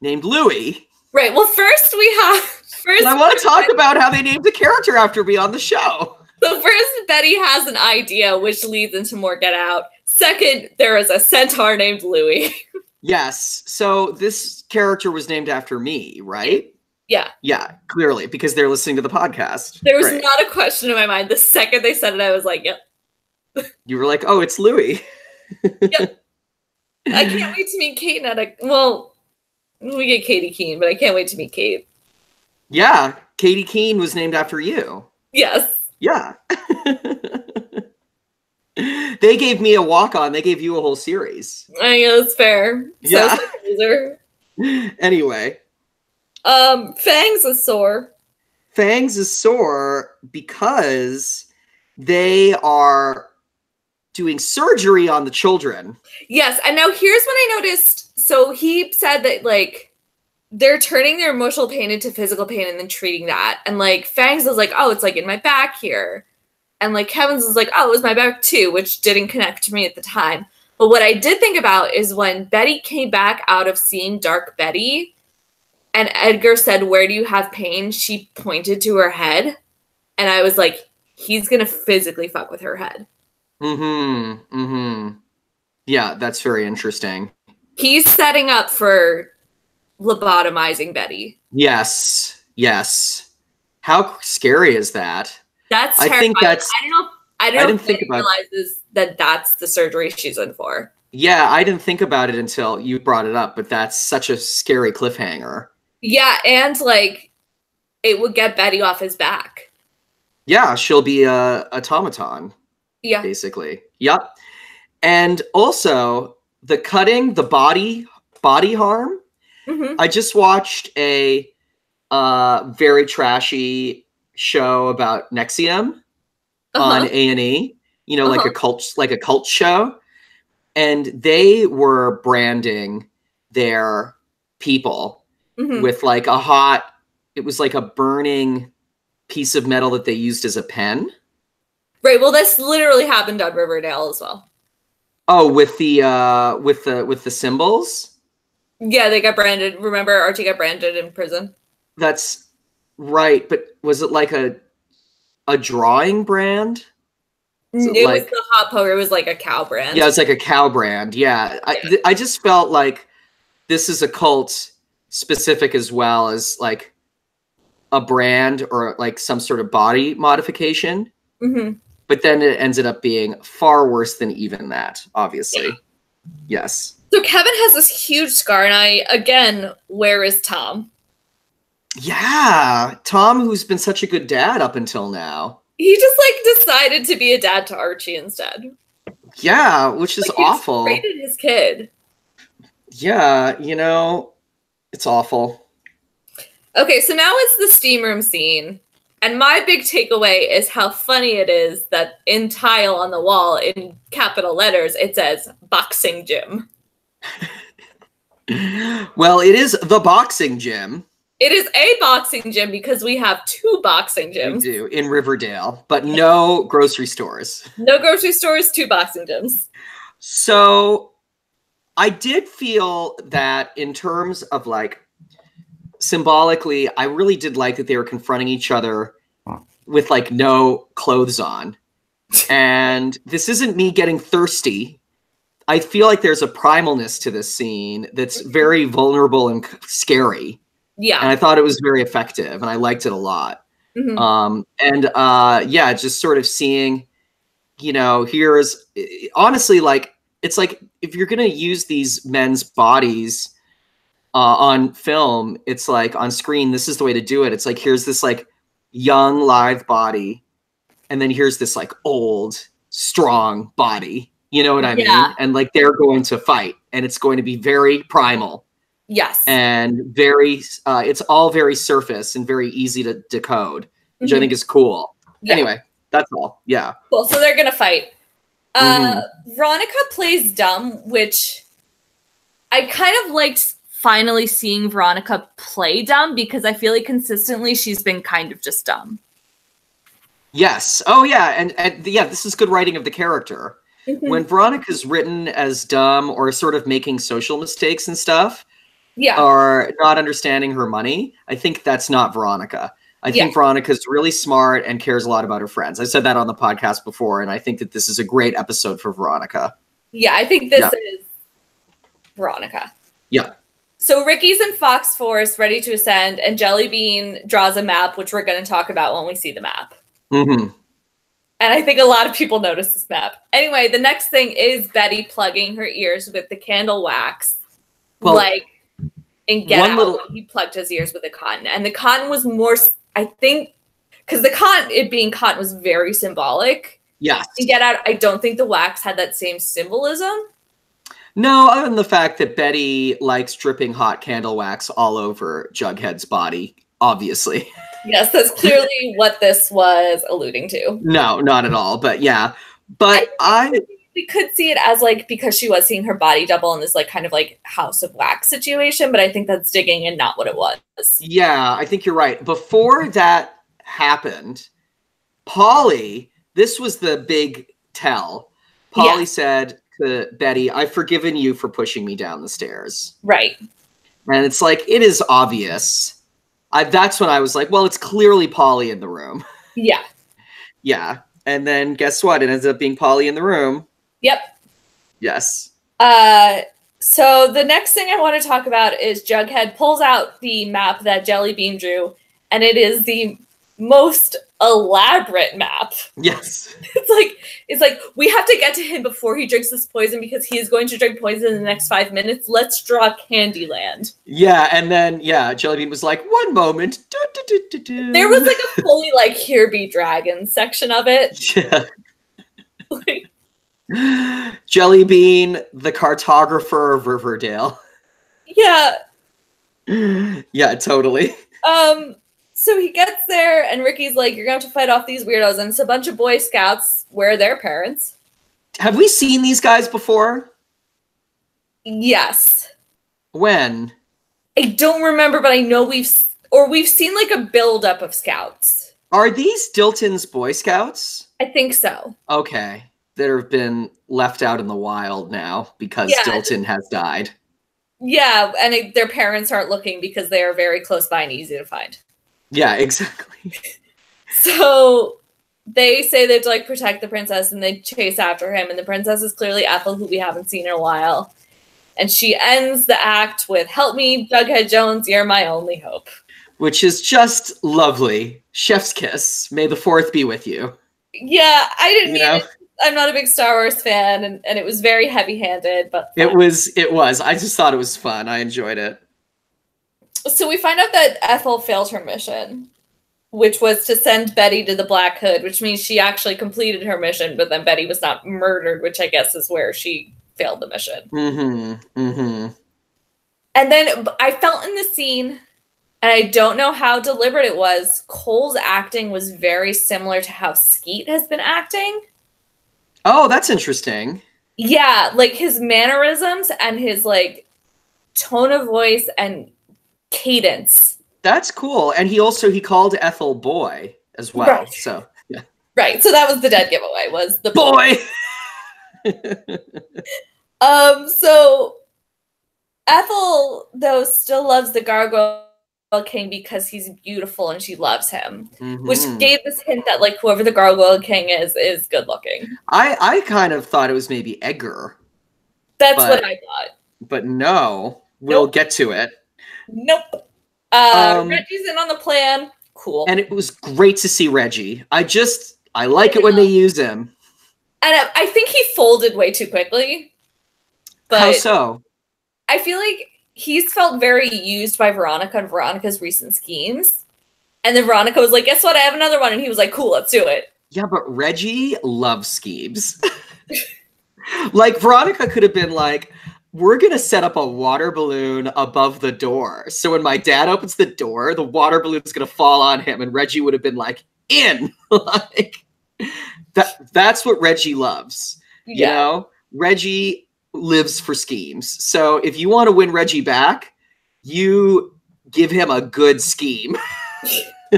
Speaker 2: named Louis.
Speaker 1: Right. Well, first we have first.
Speaker 2: And I want to talk about how they named the character after me on the show.
Speaker 1: So first, Betty has an idea, which leads into more Get Out. Second, there is a centaur named Louis.
Speaker 2: Yes. So this character was named after me, right?
Speaker 1: Yeah.
Speaker 2: Yeah, clearly, because they're listening to the podcast.
Speaker 1: There was
Speaker 2: Great.
Speaker 1: not a question in my mind. The second they said it, I was like, "Yep,
Speaker 2: you were like, oh, it's Louis.
Speaker 1: I can't wait to meet Kate." At a well, we get Katie Keene, but I can't wait to meet Kate.
Speaker 2: Yeah. Katie Keene was named after you.
Speaker 1: Yes,
Speaker 2: Yeah. they gave me a walk on, they gave you a whole series.
Speaker 1: I know it's fair.
Speaker 2: Yeah.
Speaker 1: So, sorry, loser.
Speaker 2: Anyway,
Speaker 1: Um, Fangs is sore.
Speaker 2: Fangs is sore because they are doing surgery on the children.
Speaker 1: Yes, and now here's what I noticed. So he said that like they're turning their emotional pain into physical pain and then treating that. And like Fangs is like, oh, it's like in my back here. And like Kevin's is like, oh, it was my back too, which didn't connect to me at the time. But what I did think about is when Betty came back out of seeing Dark Betty and Edgar said, Where do you have pain? She pointed to her head. And I was like, he's gonna physically fuck with her head.
Speaker 2: Mm-hmm. Mm-hmm. Yeah, that's very interesting.
Speaker 1: He's setting up for lobotomizing Betty.
Speaker 2: Yes. Yes. How scary is that?
Speaker 1: That's
Speaker 2: I
Speaker 1: terrifying. I,
Speaker 2: think that's
Speaker 1: don't know. I don't
Speaker 2: I
Speaker 1: know
Speaker 2: didn't
Speaker 1: if
Speaker 2: think
Speaker 1: Betty
Speaker 2: about-
Speaker 1: realizes that that's the surgery she's in for.
Speaker 2: yeah, I didn't think about it until you brought it up, but that's such a scary cliffhanger.
Speaker 1: Yeah, and like it would get Betty off his back.
Speaker 2: Yeah, she'll be a automaton.
Speaker 1: Yeah.
Speaker 2: basically. Yep. And also the cutting, the body body harm.
Speaker 1: Mhm.
Speaker 2: I just watched a uh very trashy show about Nexium on
Speaker 1: Uh-huh.
Speaker 2: A and E. You know, like
Speaker 1: Uh-huh.
Speaker 2: a cult, like a cult show, and they were branding their people
Speaker 1: Mhm.
Speaker 2: with like a hot. It was like a burning piece of metal that they used as a pen.
Speaker 1: Right. Well, this literally happened on Riverdale as well.
Speaker 2: Oh, with the uh with the with the symbols.
Speaker 1: Yeah, they got branded. Remember, Archie got branded in prison.
Speaker 2: That's right, but was it like a a drawing brand? So,
Speaker 1: it
Speaker 2: like-
Speaker 1: was the hot poker. It was like a cow brand.
Speaker 2: Yeah, it's like a cow brand. Yeah. I
Speaker 1: Yeah.
Speaker 2: th- I just felt like this is a cult specific as well as like a brand or like some sort of body modification,
Speaker 1: hmm
Speaker 2: but then it ended up being far worse than even that, obviously. Yes.
Speaker 1: So Kevin has this huge scar, and I again, where is Tom?
Speaker 2: Yeah, Tom who's been such a good dad up until now.
Speaker 1: He just like decided to be a dad to Archie instead.
Speaker 2: Yeah, which is
Speaker 1: Like, he just
Speaker 2: awful.
Speaker 1: Rated his kid.
Speaker 2: Yeah, you know, it's awful.
Speaker 1: Okay, so now it's the steam room scene. And my big takeaway is how funny it is that in tile on the wall in capital letters it says boxing gym.
Speaker 2: well, it is the boxing gym
Speaker 1: It is a boxing gym because we have two boxing
Speaker 2: we
Speaker 1: gyms.
Speaker 2: do in Riverdale, but no grocery stores.
Speaker 1: No grocery stores, two boxing gyms.
Speaker 2: So I did feel that in terms of like symbolically, I really did like that they were confronting each other with like no clothes on. And this isn't me getting thirsty. I feel like there's a primalness to this scene that's very vulnerable and c- scary. and
Speaker 1: Yeah.
Speaker 2: I thought it was very effective, and I liked it a lot.
Speaker 1: Mhm.
Speaker 2: Um, and uh, yeah, just sort of seeing, you know, here's honestly like it's like if you're gonna use these men's bodies uh, on film, it's like on screen, this is the way to do it. It's like here's this like young live body, and then here's this like old strong body. You know what I
Speaker 1: Yeah.
Speaker 2: mean? And like they're going to fight, and it's going to be very primal
Speaker 1: Yes.
Speaker 2: and very. Uh, it's all very surface and very easy to decode, which I
Speaker 1: Mhm.
Speaker 2: think is cool.
Speaker 1: Yeah.
Speaker 2: Anyway, that's all. Yeah.
Speaker 1: Cool. So they're gonna fight. Uh,
Speaker 2: Mm-hmm.
Speaker 1: Veronica plays dumb, which I kind of liked finally seeing Veronica play dumb because I feel like consistently she's been kind of just dumb.
Speaker 2: Yes. Oh, yeah. And, and yeah, this is good writing of the character.
Speaker 1: Hmm.
Speaker 2: When Veronica's written as dumb or sort of making social mistakes and stuff,
Speaker 1: yeah.
Speaker 2: or not understanding her money, I think that's not Veronica. I think Veronica's really smart and cares a lot about her friends. I said that on the podcast before, and I think that this is a great episode for Veronica.
Speaker 1: yeah, I think this
Speaker 2: Yeah.
Speaker 1: is Veronica.
Speaker 2: Yeah.
Speaker 1: So Ricky's in Fox Forest ready to ascend, and Jellybean draws a map, which we're going to talk about when we see the map.
Speaker 2: hmm
Speaker 1: And I think a lot of people notice this map. Anyway, the next thing is Betty plugging her ears with the candle wax,
Speaker 2: Well,
Speaker 1: like in Get
Speaker 2: one
Speaker 1: Out.
Speaker 2: little-
Speaker 1: when he plugged his ears with the cotton, and the cotton was more, s- I think, because the cotton, it being cotton, was very symbolic.
Speaker 2: Yes.
Speaker 1: In Get Out, I don't think the wax had that same symbolism.
Speaker 2: No, other than the fact that Betty likes dripping hot candle wax all over Jughead's body, obviously.
Speaker 1: Yes, that's clearly what this was alluding to.
Speaker 2: No, not at all. But yeah. But I
Speaker 1: We could see it as like because she was seeing her body double in this like kind of like house of wax situation, but I think that's digging and not what it was.
Speaker 2: Yeah, I think you're right. Before that happened, Polly, this was the big tell. Polly
Speaker 1: Yeah.
Speaker 2: said to Betty, I've forgiven you for pushing me down the stairs.
Speaker 1: Right.
Speaker 2: And it's like, it is obvious. I, that's when I was like, well, it's clearly Polly in the room.
Speaker 1: Yeah.
Speaker 2: yeah. And then guess what? It ends up being Polly in the room.
Speaker 1: Yep.
Speaker 2: Yes.
Speaker 1: Uh so the next thing I want to talk about is Jughead pulls out the map that Jellybean drew, and it is the most elaborate map.
Speaker 2: Yes.
Speaker 1: It's like it's like we have to get to him before he drinks this poison because he is going to drink poison in the next five minutes. Let's draw Candyland.
Speaker 2: Yeah. And then, yeah, Jellybean was like, one moment. Du- du- du- du- du."
Speaker 1: There was like a fully like here be dragons section of it.
Speaker 2: yeah.
Speaker 1: Like,
Speaker 2: Jellybean, the cartographer of Riverdale.
Speaker 1: yeah.
Speaker 2: yeah, totally.
Speaker 1: Um so he gets there and Ricky's like, You're gonna have to fight off these weirdos, and it's a bunch of Boy Scouts where their parents.
Speaker 2: Have we seen these guys before?
Speaker 1: Yes.
Speaker 2: When?
Speaker 1: I don't remember, but I know we've s- or we've seen like a buildup of scouts.
Speaker 2: Are these Dilton's Boy Scouts?
Speaker 1: I think so.
Speaker 2: Okay. That have been left out in the wild now because
Speaker 1: Yeah.
Speaker 2: Dilton has died.
Speaker 1: Yeah, and it, their parents aren't looking because they are very close by and easy to find.
Speaker 2: Yeah, exactly.
Speaker 1: So they say they have to like protect the princess and they chase after him. And the princess is clearly Ethel, who we haven't seen in a while. And she ends the act with Help me, Jughead Jones, you're my only hope.
Speaker 2: Which is just lovely. Chef's kiss. May the fourth be with you.
Speaker 1: Yeah, I didn't
Speaker 2: You
Speaker 1: mean
Speaker 2: know?
Speaker 1: it. I'm not a big Star Wars fan, and, and it was very heavy handed. But
Speaker 2: It was it was. I just thought it was fun. I enjoyed it.
Speaker 1: so we find out that Ethel failed her mission, which was to send Betty to the Black Hood, which means she actually completed her mission, but then Betty was not murdered, which I guess is where she failed the mission.
Speaker 2: Mm-hmm. Mm-hmm.
Speaker 1: And then b- I felt in the scene, and I don't know how deliberate it was. Cole's acting was very similar to how Skeet has been acting.
Speaker 2: Oh, that's interesting.
Speaker 1: Yeah, like his mannerisms and his like tone of voice and cadence.
Speaker 2: That's cool. And he also he called Ethel boy as well.
Speaker 1: Right.
Speaker 2: So yeah.
Speaker 1: Right. So that was the dead giveaway. Was the
Speaker 2: Boy.
Speaker 1: Um, so Ethel, though, still loves the Gargoyle King because he's beautiful and she loves him, which
Speaker 2: Mhm.
Speaker 1: gave this hint that, like, whoever the Gargoyle King is, is good looking.
Speaker 2: I I kind of thought it was maybe Edgar,
Speaker 1: That's
Speaker 2: But-
Speaker 1: what I thought.
Speaker 2: but no. We'll
Speaker 1: Nope.
Speaker 2: get to it.
Speaker 1: Nope. Uh,
Speaker 2: Um,
Speaker 1: Reggie's in on the plan. Cool. And,
Speaker 2: And it was great to see Reggie. I just I like it when they use him.
Speaker 1: I, I think he folded way too quickly.
Speaker 2: How
Speaker 1: But
Speaker 2: so?
Speaker 1: I feel like he's felt very used by Veronica and Veronica's recent schemes. And then Veronica was like, guess what? I have another one. And he was like, cool, let's do it.
Speaker 2: Yeah, but Reggie loves schemes. like Veronica could have been like, we're gonna set up a water balloon above the door. So when my dad opens the door, the water balloon's gonna fall on him, and Reggie would have been like, in. like that that's what Reggie loves. You
Speaker 1: Yeah.
Speaker 2: know? Reggie lives for schemes. So if you want to win Reggie back, you give him a good scheme.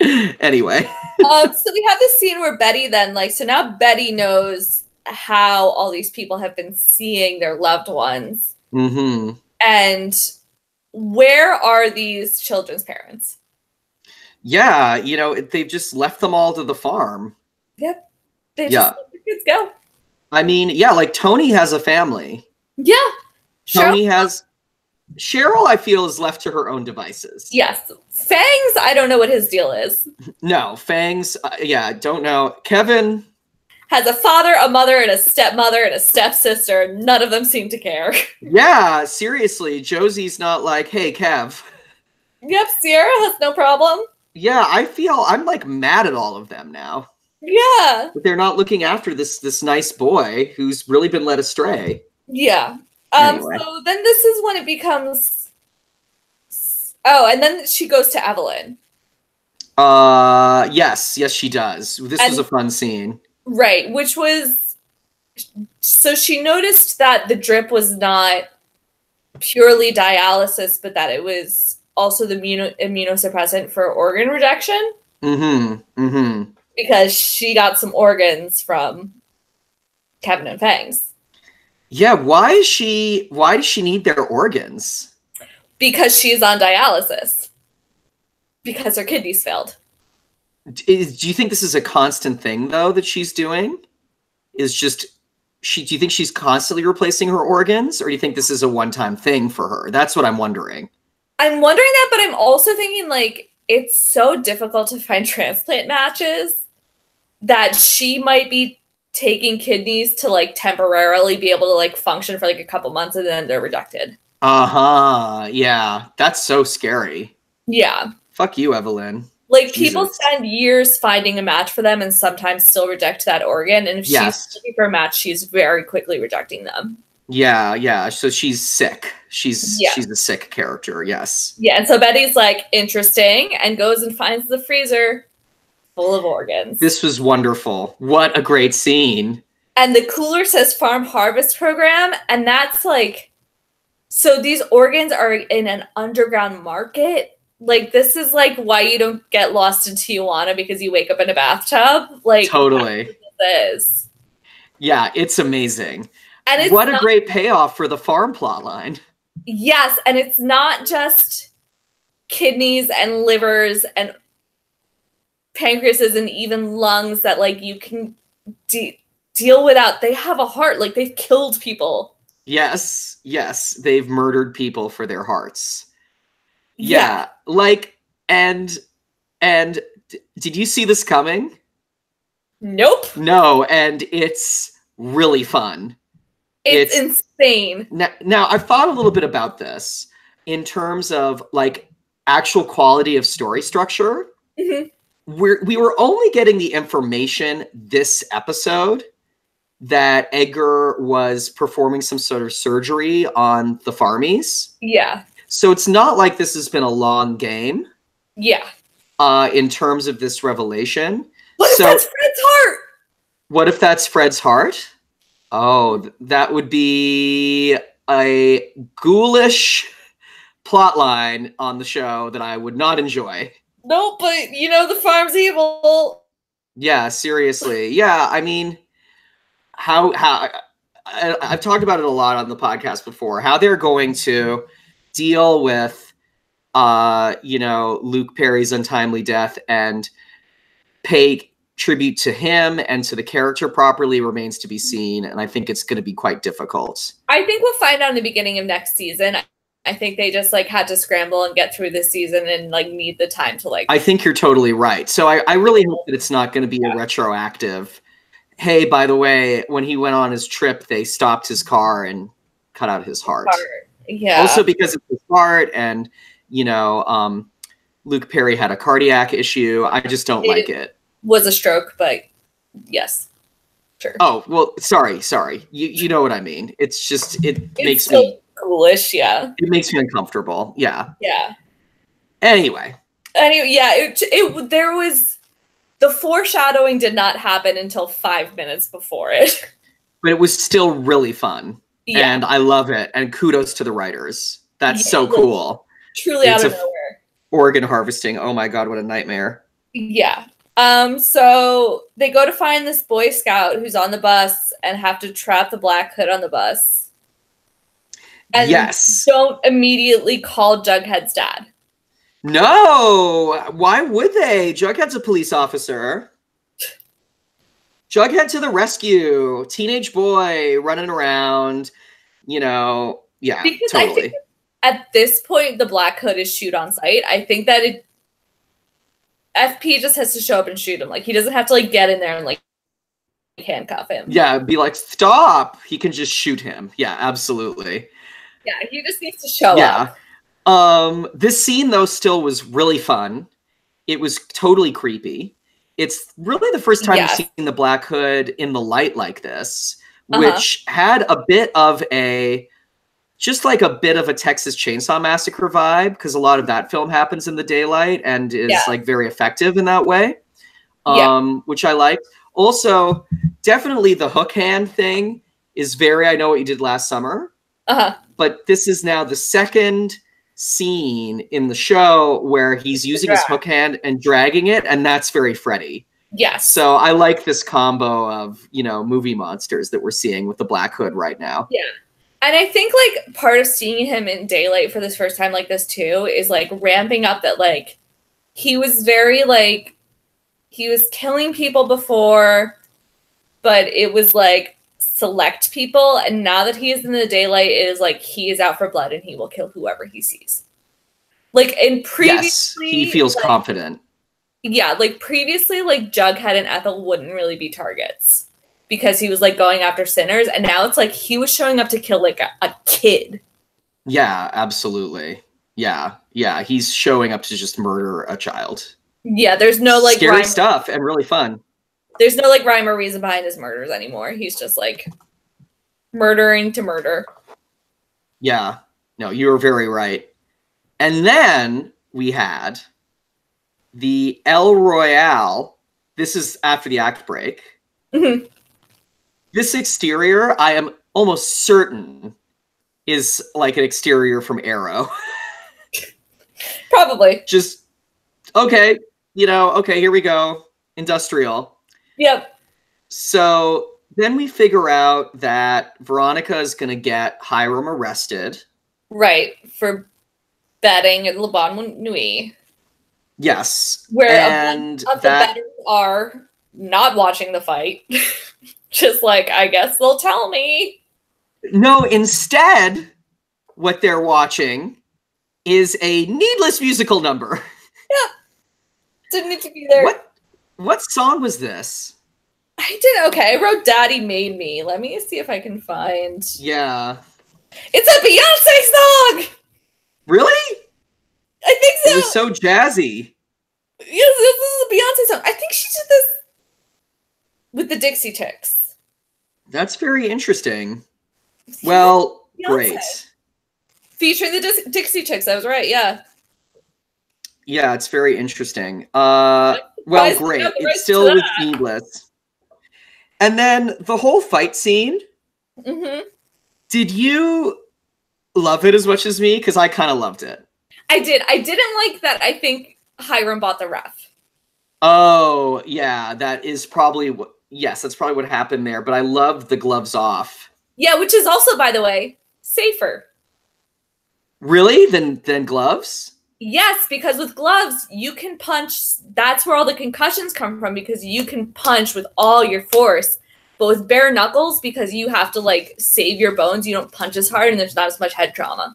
Speaker 2: anyway.
Speaker 1: um, so we have this scene where Betty then, like, so now Betty knows how all these people have been seeing their loved ones.
Speaker 2: hmm
Speaker 1: And where are these children's parents?
Speaker 2: Yeah, you know, it- they've just left them all to the farm.
Speaker 1: They just
Speaker 2: Yeah.
Speaker 1: let the kids go.
Speaker 2: I mean, yeah, like Tony has a family.
Speaker 1: Yeah. Cheryl
Speaker 2: Tony has Cheryl, I feel, is left to her own devices.
Speaker 1: Yes. Fangs, I don't know what his deal is.
Speaker 2: No, Fangs, uh, yeah, don't know. Kevin,
Speaker 1: Has a father, a mother, and a stepmother, and a stepsister. None of them seem to care.
Speaker 2: yeah, seriously, Josie's not like, hey, Kev.
Speaker 1: yep, Sierra has no problem.
Speaker 2: Yeah, I feel I'm like mad at all of them now.
Speaker 1: Yeah.
Speaker 2: That They're not looking after this this nice boy who's really been led astray.
Speaker 1: Yeah. Um,
Speaker 2: Anyway.
Speaker 1: So then this is when it becomes. Oh, and then she goes to Evelyn.
Speaker 2: Uh, yes, yes, she does. This was
Speaker 1: And-
Speaker 2: a fun scene.
Speaker 1: Right, which was. So she noticed that the drip was not purely dialysis, but that it was also the immuno- immunosuppressant for organ rejection.
Speaker 2: Mm-hmm. Mm-hmm.
Speaker 1: because she got some organs from Kevin and Fangs
Speaker 2: Yeah, why is she why does she need their organs?
Speaker 1: because she's on dialysis because her kidneys failed.
Speaker 2: D- Is, do you think this is a constant thing though that she's doing? Is just she do you think she's constantly replacing her organs or do you think this is a one-time thing for her? That's what I'm wondering.
Speaker 1: I'm wondering that, but I'm also thinking like it's so difficult to find transplant matches that she might be taking kidneys to like temporarily be able to like function for like a couple months and then they're rejected.
Speaker 2: Uh-huh. Yeah, that's so scary.
Speaker 1: Yeah.
Speaker 2: Fuck you, Evelyn.
Speaker 1: Like people
Speaker 2: Jesus.
Speaker 1: spend years finding a match for them and sometimes still reject that organ. And if
Speaker 2: Yes.
Speaker 1: she's looking for a match, she's very quickly rejecting them.
Speaker 2: Yeah, yeah. So she's sick. She's
Speaker 1: Yeah.
Speaker 2: she's a sick character. Yes.
Speaker 1: Yeah, and so Betty's like, interesting, and goes and finds the freezer full of organs.
Speaker 2: This was wonderful. What a great scene.
Speaker 1: and the cooler says Farm Harvest Program, and that's like, so these organs are in an underground market. Like, this is like why you don't get lost in Tijuana because you wake up in a bathtub. Like,
Speaker 2: Totally.
Speaker 1: this.
Speaker 2: Yeah, it's amazing.
Speaker 1: And it's
Speaker 2: what a
Speaker 1: not-
Speaker 2: great payoff for the farm plot line.
Speaker 1: Yes, and it's not just kidneys and livers and pancreases and even lungs that like you can de- deal without. They have a heart. Like they've killed people.
Speaker 2: Yes, yes, they've murdered people for their hearts. Yeah,
Speaker 1: Yeah.
Speaker 2: like and and d- did you see this coming?
Speaker 1: Nope.
Speaker 2: No, and it's really fun.
Speaker 1: It's,
Speaker 2: It's-
Speaker 1: insane.
Speaker 2: Now, now I've thought a little bit about this in terms of like actual quality of story structure.
Speaker 1: Mhm.
Speaker 2: we're we were only getting the information this episode that Edgar was performing some sort of surgery on the farmies.
Speaker 1: Yeah.
Speaker 2: So it's not like this has been a long game
Speaker 1: Yeah.
Speaker 2: uh, in terms of this revelation.
Speaker 1: What if
Speaker 2: So-
Speaker 1: that's Fred's heart?
Speaker 2: What if that's Fred's heart? Oh, th- that would be a ghoulish plot line on the show that I would not enjoy.
Speaker 1: Nope, but you know the farm's evil.
Speaker 2: Yeah, seriously. Yeah, I mean, how how I, I've talked about it a lot on the podcast before. How they're going to deal with, uh, you know, Luke Perry's untimely death and pay tribute to him and to the character properly remains to be seen. And I think it's going to be quite difficult.
Speaker 1: I think we'll find out in the beginning of next season. I think they just like had to scramble and get through this season and like need the time to like
Speaker 2: I think you're totally right. So I, I really hope that it's not going to be a retroactive. Hey, by the way, when he went on his trip, they stopped his car and cut out his heart.
Speaker 1: Heart. Yeah.
Speaker 2: Also because it's his heart, and you know, um, Luke Perry had a cardiac issue. I just don't
Speaker 1: It-
Speaker 2: like it.
Speaker 1: was a stroke, but yes, sure.
Speaker 2: Oh, well, sorry, sorry. You you know what I mean. It's just it
Speaker 1: It's
Speaker 2: makes
Speaker 1: so
Speaker 2: me
Speaker 1: ghoulish. Yeah,
Speaker 2: it makes me uncomfortable. Yeah.
Speaker 1: yeah.
Speaker 2: Anyway,
Speaker 1: Anyway, yeah. It, it there was the foreshadowing did not happen until five minutes before it.
Speaker 2: but it was still really fun.
Speaker 1: yeah,
Speaker 2: And I love it. And kudos to the writers. That's
Speaker 1: Yeah.
Speaker 2: so cool.
Speaker 1: truly out
Speaker 2: it's
Speaker 1: of
Speaker 2: a-
Speaker 1: nowhere.
Speaker 2: Organ harvesting. Oh my god, what a nightmare.
Speaker 1: Yeah. Um, so they go to find this Boy Scout who's on the bus and have to trap the Black Hood on the bus. And
Speaker 2: yes.
Speaker 1: don't immediately call Jughead's dad.
Speaker 2: No. Why would they? Jughead's a police officer. Jughead to the rescue. Teenage boy running around. You know, yeah,
Speaker 1: Because I
Speaker 2: totally.
Speaker 1: think- At this point, the Black Hood is shoot on sight. I think that it FP just has to show up and shoot him. Like he doesn't have to like get in there and like handcuff him.
Speaker 2: Yeah, be like, stop. He can just shoot him. Yeah, absolutely.
Speaker 1: Yeah, he just needs to show up.
Speaker 2: yeah. Um, this scene though still was really fun. It was totally creepy. It's really the first time
Speaker 1: Yes.
Speaker 2: you've seen the Black Hood in the light like this,
Speaker 1: Uh-huh.
Speaker 2: which had a bit of a just like a bit of a Texas Chainsaw Massacre vibe because a lot of that film happens in the daylight and is
Speaker 1: Yeah.
Speaker 2: like very effective in that way.
Speaker 1: Yeah.
Speaker 2: Um, which I liked. Also, definitely the hook hand thing is very I know what you did last summer
Speaker 1: Uh-huh.
Speaker 2: but this is now the second scene in the show where he's using his
Speaker 1: drag.
Speaker 2: hook hand and dragging it and that's very freddy
Speaker 1: Yes.
Speaker 2: so i like this combo of you know movie monsters that we're seeing with the black hood right now
Speaker 1: And I think like part of seeing him in daylight for this first time like this too is like ramping up that like he was very like he was killing people before, but it was like select people, and now that he is in the daylight, it is like he is out for blood and he will kill whoever he sees. Like in
Speaker 2: yes
Speaker 1: previously,
Speaker 2: he feels
Speaker 1: like,
Speaker 2: confident
Speaker 1: yeah, like previously, like Jughead and Ethel wouldn't really be targets because he was like going after sinners, and now it's like he was showing up to kill like a, a kid.
Speaker 2: yeah absolutely yeah yeah he's showing up to just murder a child
Speaker 1: Yeah, there's no like
Speaker 2: scary
Speaker 1: rhyme,
Speaker 2: stuff and really fun
Speaker 1: there's no like rhyme or reason behind his murders anymore. He's just like murdering to murder.
Speaker 2: yeah no you were very right and then we had the el royale this is after the act break
Speaker 1: Mhm.
Speaker 2: this exterior i am almost certain is like an exterior from arrow
Speaker 1: Probably.
Speaker 2: just okay you know okay here we go industrial
Speaker 1: Yep.
Speaker 2: so then we figure out that veronica is going to get hiram arrested
Speaker 1: Right. For betting at Le Bon Nuit,
Speaker 2: yes
Speaker 1: where a
Speaker 2: and
Speaker 1: bunch of the
Speaker 2: that
Speaker 1: betters are not watching the fight. just like, I guess they'll tell me.
Speaker 2: no instead what they're watching is a needless musical number
Speaker 1: Didn't need to be there.
Speaker 2: what what song was this
Speaker 1: I did okay. I wrote Daddy Made Me. Let me see if I can find
Speaker 2: yeah
Speaker 1: It's a Beyonce song!
Speaker 2: really
Speaker 1: I think so.
Speaker 2: It was so jazzy.
Speaker 1: Yes, this is a Beyonce song. I think she did this with the Dixie Chicks.
Speaker 2: That's very interesting. Well,
Speaker 1: Beyonce.
Speaker 2: great.
Speaker 1: Featuring the Dis- Dixie Chicks. I was right. Yeah.
Speaker 2: Yeah, it's very interesting. Uh,
Speaker 1: Guys,
Speaker 2: well,
Speaker 1: we
Speaker 2: great.
Speaker 1: got the rights
Speaker 2: It's
Speaker 1: to
Speaker 2: still with
Speaker 1: that.
Speaker 2: Needless. And then the whole fight scene.
Speaker 1: hmm
Speaker 2: Did you love it as much as me? Because I kind of loved it.
Speaker 1: I did. I didn't like that. I think Hiram bought the ref.
Speaker 2: Oh, yeah, that is probably what. Yes, that's probably what happened there. But I loved the gloves off.
Speaker 1: Yeah, which is also, by the way, safer.
Speaker 2: Really? Than than gloves?
Speaker 1: Yes, because with gloves, you can punch. That's where all the concussions come from because you can punch with all your force. But with bare knuckles, because you have to like save your bones, you don't punch as hard and there's not as much head trauma.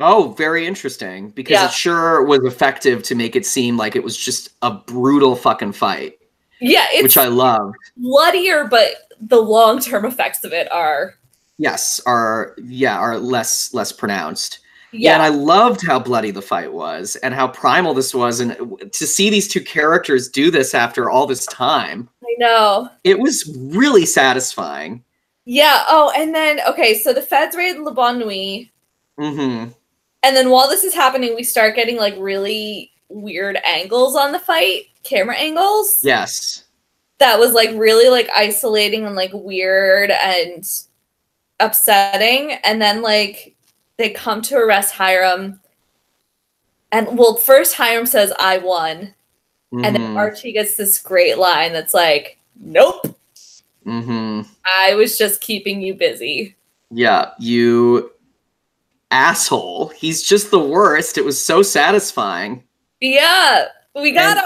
Speaker 2: Oh, very interesting. Because
Speaker 1: Yeah.
Speaker 2: it sure was effective to make it seem like it was just a brutal fucking fight,
Speaker 1: Yeah, it's
Speaker 2: which I love.
Speaker 1: bloodier, but the long term effects of it are
Speaker 2: Yes, are yeah are less less pronounced. Yeah. And I loved how bloody the fight was and how primal this was. And to see these two characters do this after all this time,
Speaker 1: I know.
Speaker 2: it was really satisfying.
Speaker 1: Yeah. Oh, and then okay, so the feds raid Le Bon Nuit,
Speaker 2: Mm-hmm.
Speaker 1: and then while this is happening, we start getting like really weird angles on the fight, camera angles.
Speaker 2: Yes.
Speaker 1: That was like really like isolating and like weird and upsetting. And then like they come to arrest Hiram. And well, first Hiram says, I won. And then
Speaker 2: Mhm.
Speaker 1: Archie gets this great line that's like, Nope,
Speaker 2: Mhm.
Speaker 1: I was just keeping you busy.
Speaker 2: Yeah, you asshole. He's just the worst. It was so satisfying.
Speaker 1: Yeah, we got
Speaker 2: And-
Speaker 1: him.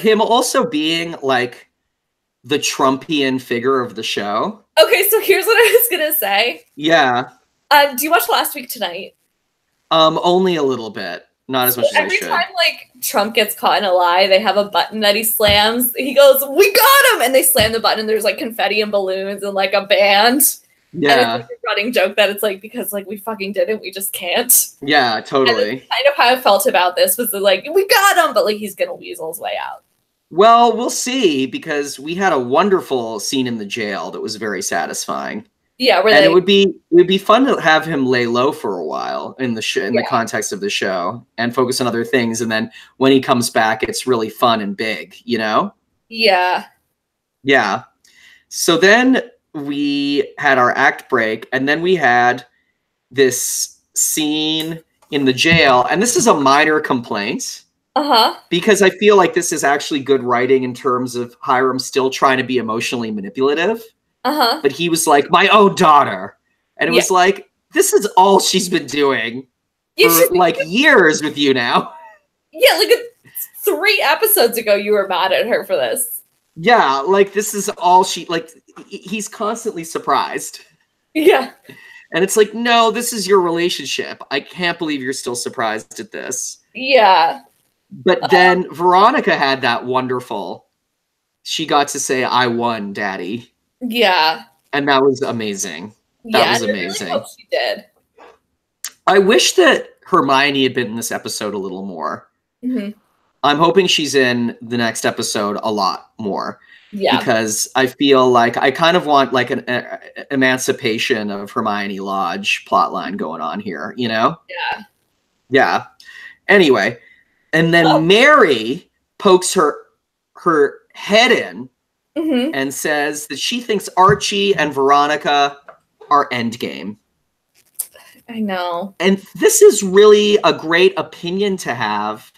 Speaker 2: Him also being like the Trumpian figure of the show.
Speaker 1: Okay, so here's what I was gonna say.
Speaker 2: Yeah.
Speaker 1: Um, do you watch Last Week Tonight?
Speaker 2: Um, only a little bit. Not as much as I
Speaker 1: Every
Speaker 2: should.
Speaker 1: time like Trump gets caught in a lie, they have a button that he slams. He goes, "We got him!" and they slam the button. And there's like confetti and balloons and like a band.
Speaker 2: yeah.
Speaker 1: And it's like a running joke that it's like because like we fucking didn't, we just can't.
Speaker 2: yeah, totally.
Speaker 1: Kind of how I felt about this was that, like we got him, but like he's gonna weasel his way out.
Speaker 2: Well, we'll see because we had a wonderful scene in the jail that was very satisfying,
Speaker 1: Yeah, where
Speaker 2: and
Speaker 1: they
Speaker 2: it would be it would be fun to have him lay low for a while in the sh- in the
Speaker 1: Yeah.
Speaker 2: context of the show and focus on other things, and then when he comes back, it's really fun and big, you know?
Speaker 1: yeah
Speaker 2: Yeah. So then we had our act break, and then we had this scene in the jail, and this is a minor complaint.
Speaker 1: uh huh
Speaker 2: because I feel like this is actually good writing in terms of Hiram still trying to be emotionally manipulative.
Speaker 1: uh huh
Speaker 2: But he was like, my own daughter. And it was like, this is all she's been doing
Speaker 1: you
Speaker 2: for
Speaker 1: should
Speaker 2: like years with you now.
Speaker 1: yeah like three episodes ago you were mad at her for this
Speaker 2: Yeah, like this is all she like he- he's constantly surprised.
Speaker 1: yeah
Speaker 2: And it's like, no, this is your relationship. I can't believe you're still surprised at this.
Speaker 1: yeah Uh-huh.
Speaker 2: But then Veronica had that wonderful. She got to say, I won, daddy.
Speaker 1: yeah
Speaker 2: And that was amazing. That
Speaker 1: yeah
Speaker 2: was
Speaker 1: and I
Speaker 2: amazing.
Speaker 1: really hope she did
Speaker 2: I wish that Hermione had been in this episode a little more.
Speaker 1: Mhm.
Speaker 2: I'm hoping she's in the next episode a lot more
Speaker 1: yeah
Speaker 2: because I feel like I kind of want like an uh, emancipation of Hermione Lodge plotline going on here, you know?
Speaker 1: Yeah.
Speaker 2: Yeah. Anyway, and then
Speaker 1: Oh.
Speaker 2: Mary pokes her her head in
Speaker 1: hmm
Speaker 2: and says that she thinks Archie and Veronica are endgame.
Speaker 1: i know
Speaker 2: and this is really a great opinion to have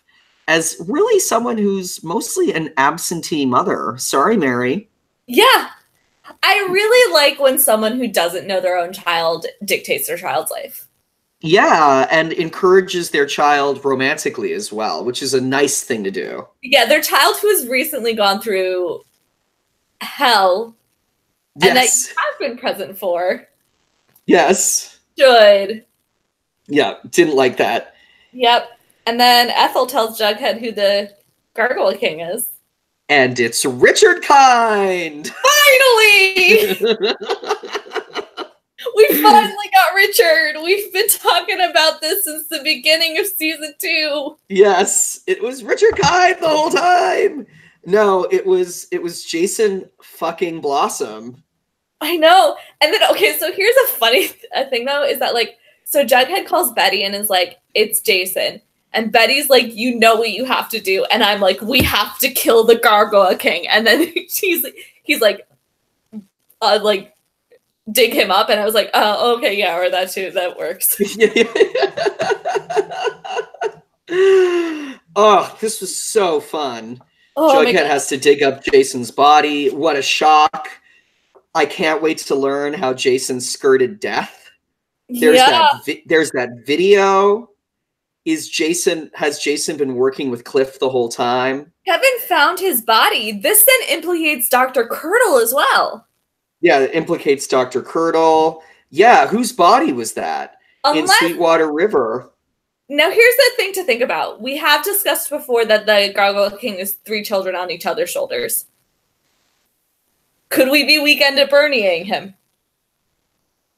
Speaker 2: as really someone who's mostly an absentee mother sorry mary
Speaker 1: yeah i really like when someone who doesn't know their own child dictates their child's life
Speaker 2: yeah and encourages their child romantically as well which is a nice thing to do
Speaker 1: yeah their child who has recently gone through hell that-
Speaker 2: yes
Speaker 1: i've been present for
Speaker 2: yes
Speaker 1: should
Speaker 2: yeah didn't like that
Speaker 1: yep and then ethel tells jughead who the gargoyle king is
Speaker 2: and it's richard kind
Speaker 1: finally We finally got Richard. We've been talking about this since the beginning of season two.
Speaker 2: Yes, it was Richard Kind the whole time. No, it was it was Jason fucking Blossom.
Speaker 1: I know. And then okay, so here's a funny th- a thing though is that like so Jughead calls Betty and is like, "It's Jason." And Betty's like, "You know what you have to do." And I'm like, "We have to kill the Gargoyle King." And then she's he's like uh, like dig him up and I was like, "Oh, okay, yeah, or that too. That works."
Speaker 2: oh, this was so fun.
Speaker 1: Oh my
Speaker 2: Jughead
Speaker 1: god.
Speaker 2: has to dig up Jason's body. What a shock. I can't wait to learn how Jason skirted death. There's
Speaker 1: yeah.
Speaker 2: that vi- there's that video. Is Jason has Jason been working with Cliff the whole time?
Speaker 1: Kevin found his body. This then implicates Dr. Curdle as well.
Speaker 2: Yeah, it implicates Dr. Curdle. Yeah, whose body was that?
Speaker 1: Unless
Speaker 2: In Sweetwater River.
Speaker 1: now, here's the thing to think about. We have discussed before that the Gargoyle King is three children on each other's shoulders. Could we be weekend at Bernieing him?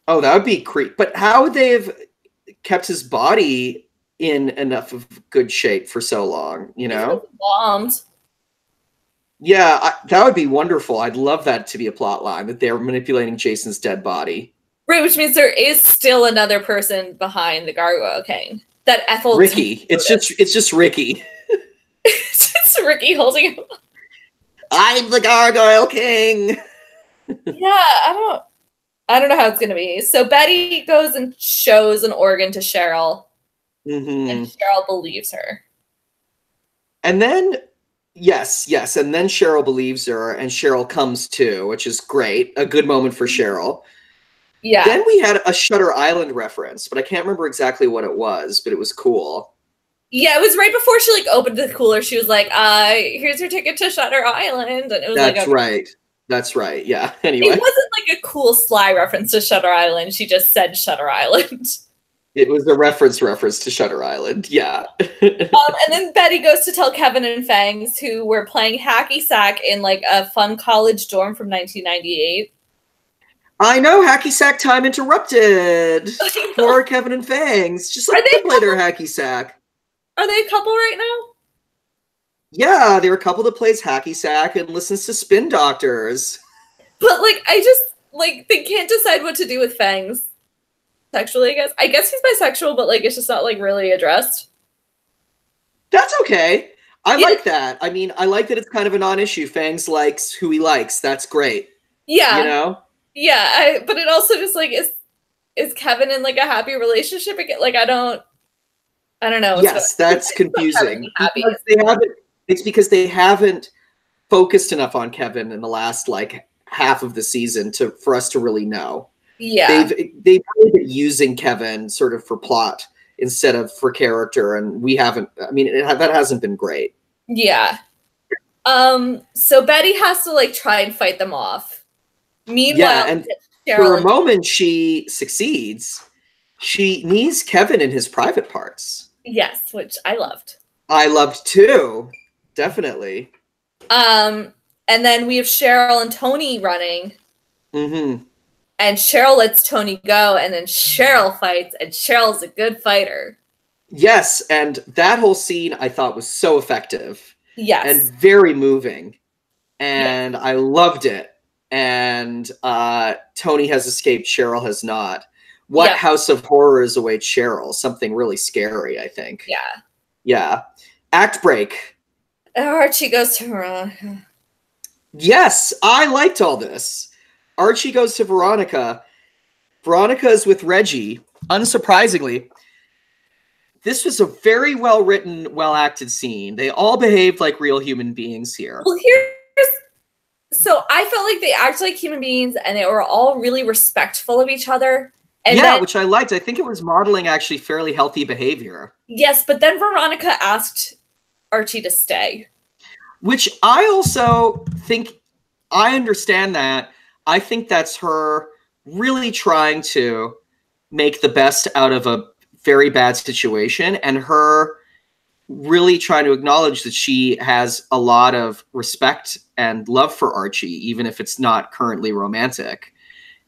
Speaker 2: Oh, that would be creep. But how would they have kept his body in enough of good shape for so long, you know?
Speaker 1: bombed.
Speaker 2: Yeah, I, that would be wonderful. I'd love that to be a plot line that they're manipulating Jason's dead body.
Speaker 1: Right, which means there is still another person behind the Gargoyle King. That Ethel
Speaker 2: Ricky, it's just it's just Ricky.
Speaker 1: it's just Ricky holding him.
Speaker 2: I'm the Gargoyle King.
Speaker 1: Yeah, I don't I don't know how it's gonna be. So Betty goes and shows an organ to Cheryl,
Speaker 2: hmm
Speaker 1: and Cheryl believes her.
Speaker 2: And then yes, yes, and then Cheryl believes her, and Cheryl comes too, which is great. A good moment for Cheryl.
Speaker 1: Yeah.
Speaker 2: Then we had a Shutter Island reference, but I can't remember exactly what it was, but it was cool.
Speaker 1: yeah, it was right before she like opened the cooler, she was like, uh, here's your ticket to Shutter Island. And it was
Speaker 2: That's
Speaker 1: like a-
Speaker 2: right. That's right. Yeah. Anyway,
Speaker 1: It wasn't like a cool sly reference to Shutter Island. She just said Shutter Island.
Speaker 2: it was a reference reference to Shutter Island. Yeah.
Speaker 1: um, and then Betty goes to tell Kevin and Fangs, who were playing hacky sack in like a fun college dorm from 1998.
Speaker 2: I know hacky sack time interrupted. Poor Kevin and Fangs. Just
Speaker 1: Are
Speaker 2: like
Speaker 1: they
Speaker 2: they play their hacky sack.
Speaker 1: Are they a couple right now?
Speaker 2: Yeah, they're a couple that plays hacky sack and listens to spin doctors.
Speaker 1: But like, I just like they can't decide what to do with Fangs sexually. I guess I guess he's bisexual, but like it's just not like really addressed.
Speaker 2: That's okay. I
Speaker 1: Yeah.
Speaker 2: like that. I mean, I like that it's kind of a non-issue. Fangs likes who he likes. That's great.
Speaker 1: Yeah,
Speaker 2: You know?
Speaker 1: yeah. I, but it also just like is is Kevin in like a happy relationship again? Like I don't, I don't know. what's
Speaker 2: yes, that's confusing.
Speaker 1: Kevin happy.
Speaker 2: Because they haven't, it's because they haven't focused enough on Kevin in the last like half of the season to for us to really know.
Speaker 1: going- yeah.
Speaker 2: They've they've really been using Kevin sort of for plot instead of for character, and we haven't. I mean, it, that hasn't been great.
Speaker 1: Yeah. Um. So Betty has to like try and fight them off. Meanwhile,
Speaker 2: Yeah, and For
Speaker 1: Cheryl.
Speaker 2: a moment, she succeeds. She knees Kevin in his private parts.
Speaker 1: yes, which I loved.
Speaker 2: I loved too, definitely.
Speaker 1: Um. And then we have Cheryl and Tony running,
Speaker 2: hmm
Speaker 1: and Cheryl lets Tony go, and then Cheryl fights, and Cheryl's a good fighter.
Speaker 2: Yes, and that whole scene I thought was so effective.
Speaker 1: Yes.
Speaker 2: and very moving and i loved it and uh tony has escaped cheryl has not what
Speaker 1: Yeah.
Speaker 2: house of horrors awaits cheryl something really scary i think
Speaker 1: yeah.
Speaker 2: yeah act break
Speaker 1: And Archie goes to Veronica.
Speaker 2: yes i liked all this archie goes to veronica veronica is with reggie unsurprisingly this was a very well written well acted scene they all behaved like real human beings here
Speaker 1: Well, here's. So I felt like they acted like human beings, and they were all really respectful of each other. And
Speaker 2: yeah,
Speaker 1: then-
Speaker 2: which I liked. I think it was modeling actually fairly healthy behavior,
Speaker 1: Yes, but then Veronica asked Archie to stay.
Speaker 2: which I also think I understand that. I think that's her really trying to make the best out of a very bad situation and her really trying to acknowledge that she has a lot of respect and love for Archie, even if it's not currently romantic.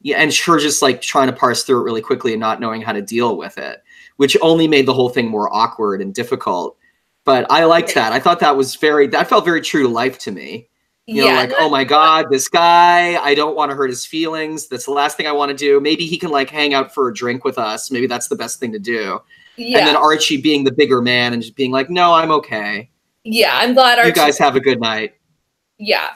Speaker 2: Yeah, and her just like trying to parse through it really quickly and not knowing how to deal with it, which only made the whole thing more awkward and difficult. But I liked that. I thought that was very that felt very true to life to me. You know,
Speaker 1: yeah,
Speaker 2: like, oh my God, this guy, I don't want to hurt his feelings. That's the last thing I want to do. Maybe he can like hang out for a drink with us. Maybe that's the best thing to do
Speaker 1: yeah,
Speaker 2: and then Archie being the bigger man and just being like, "No, I'm okay.
Speaker 1: yeah. I'm glad Archie.
Speaker 2: You guys have a good night,"
Speaker 1: yeah,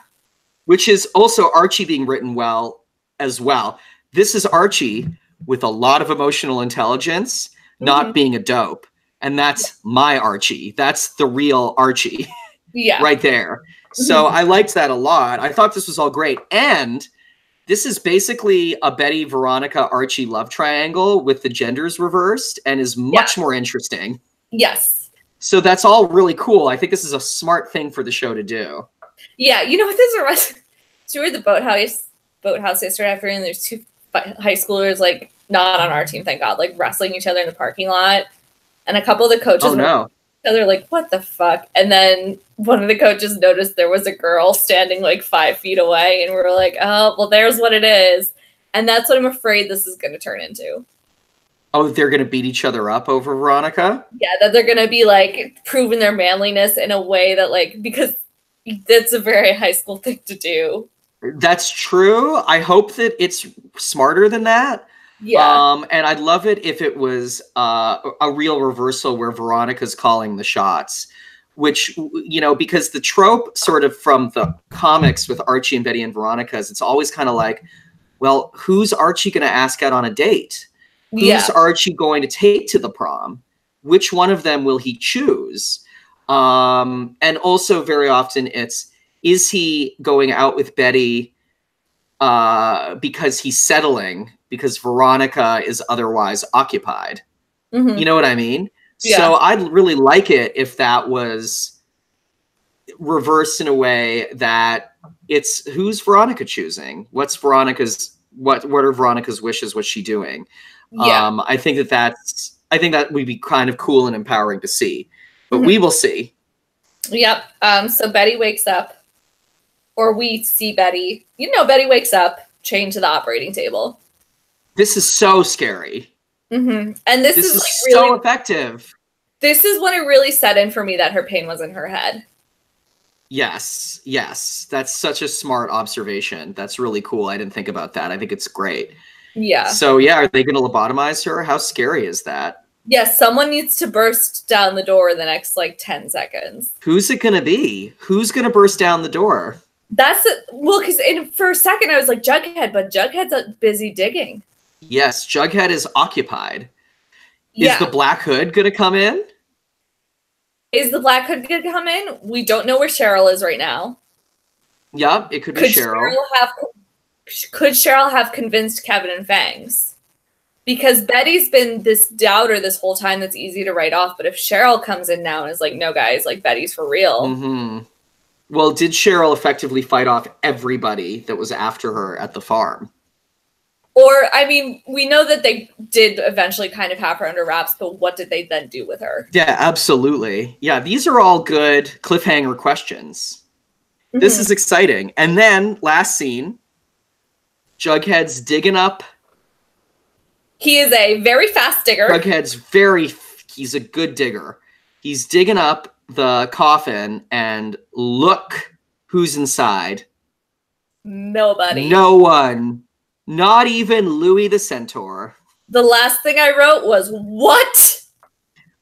Speaker 2: which is also Archie being written well as well. This is Archie with a lot of emotional intelligence,
Speaker 1: Mhm.
Speaker 2: not being a dope, and that's my Archie. That's the real Archie
Speaker 1: yeah,
Speaker 2: right there. So I liked that a lot. I thought this was all great, and this is basically a Betty Veronica Archie love triangle with the genders reversed, and is much more interesting.
Speaker 1: yes,
Speaker 2: So that's all really cool. I think this is a smart thing for the show to do.
Speaker 1: yeah. You know what this reminds? So we were at the boathouse boathouse yesterday afternoon. There's two fi- high schoolers like not on our team, thank God, like wrestling each other in the parking lot, and a couple of the coaches
Speaker 2: Oh
Speaker 1: were
Speaker 2: no.
Speaker 1: each other like, "What the fuck?" And then one of the coaches noticed there was a girl standing like five feet away, and we were like, "Oh, well, there's what it is." And that's what I'm afraid this is going to turn into.
Speaker 2: Oh, they're gonna beat each other up over Veronica.
Speaker 1: Yeah, that they're gonna be like proving their manliness in a way that like because that's a very high school thing to do.
Speaker 2: That's true. I hope that it's smarter than that.
Speaker 1: Yeah.
Speaker 2: Um, and I'd love it if it was uh, a real reversal where Veronica's calling the shots, which, you know, because the trope sort of from the comics with Archie and Betty and Veronica is it's always kind of like, well, who's Archie going to ask out on a date? Who's
Speaker 1: yeah.
Speaker 2: Archie going to take to the prom? Which one of them will he choose? Um, and also, very often, it's is he going out with Betty uh, because he's settling because Veronica is otherwise occupied.
Speaker 1: Mhm.
Speaker 2: You know what I mean?
Speaker 1: Yeah.
Speaker 2: So I'd really like it if that was reversed in a way that it's who's Veronica choosing? What's Veronica's what what are Veronica's wishes? What's she doing?
Speaker 1: yeah.
Speaker 2: Um I think that that's I think that would be kind of cool and empowering to see. But
Speaker 1: Mm-hmm.
Speaker 2: we will see.
Speaker 1: Yep. Um, so Betty wakes up, or we see Betty. You know, Betty wakes up, chained to the operating table.
Speaker 2: This is so scary.
Speaker 1: hmm And this,
Speaker 2: This,
Speaker 1: is,
Speaker 2: is,
Speaker 1: like
Speaker 2: so
Speaker 1: really,
Speaker 2: effective.
Speaker 1: this is when it really set in for me that her pain was in her head.
Speaker 2: Yes, yes. That's such a smart observation. That's really cool. I didn't think about that. I think it's great.
Speaker 1: Yeah.
Speaker 2: So, yeah, are they going to lobotomize her? How scary is that?
Speaker 1: Yes. someone needs to burst down the door in the next like ten seconds.
Speaker 2: Who's it going to be? Who's going to burst down the door?
Speaker 1: That's it. well, because in for a second I was like Jughead, but Jughead's uh, busy digging.
Speaker 2: Yes, Jughead is occupied.
Speaker 1: Yeah.
Speaker 2: Is the Black Hood going to come in?
Speaker 1: is the Black Hood gonna come in? We don't know where Cheryl is right now.
Speaker 2: Yep, it could be
Speaker 1: Could
Speaker 2: Cheryl.
Speaker 1: Cheryl have could Cheryl have convinced Kevin and Fangs? Because Betty's been this doubter this whole time that's easy to write off, but if Cheryl comes in now and is like, no guys, like Betty's for real.
Speaker 2: hmm Well, did Cheryl effectively fight off everybody that was after her at the farm?
Speaker 1: Or I mean, we know that they did eventually kind of have her under wraps, but what did they then do with her?
Speaker 2: Yeah, absolutely. Yeah, these are all good cliffhanger questions. This is exciting. And then last scene, Jughead's digging up.
Speaker 1: he is a very fast digger.
Speaker 2: Jughead's very he's a good digger. He's digging up the coffin and look who's inside.
Speaker 1: Nobody.
Speaker 2: No one. Not even Louis the Centaur.
Speaker 1: The last thing I wrote was what?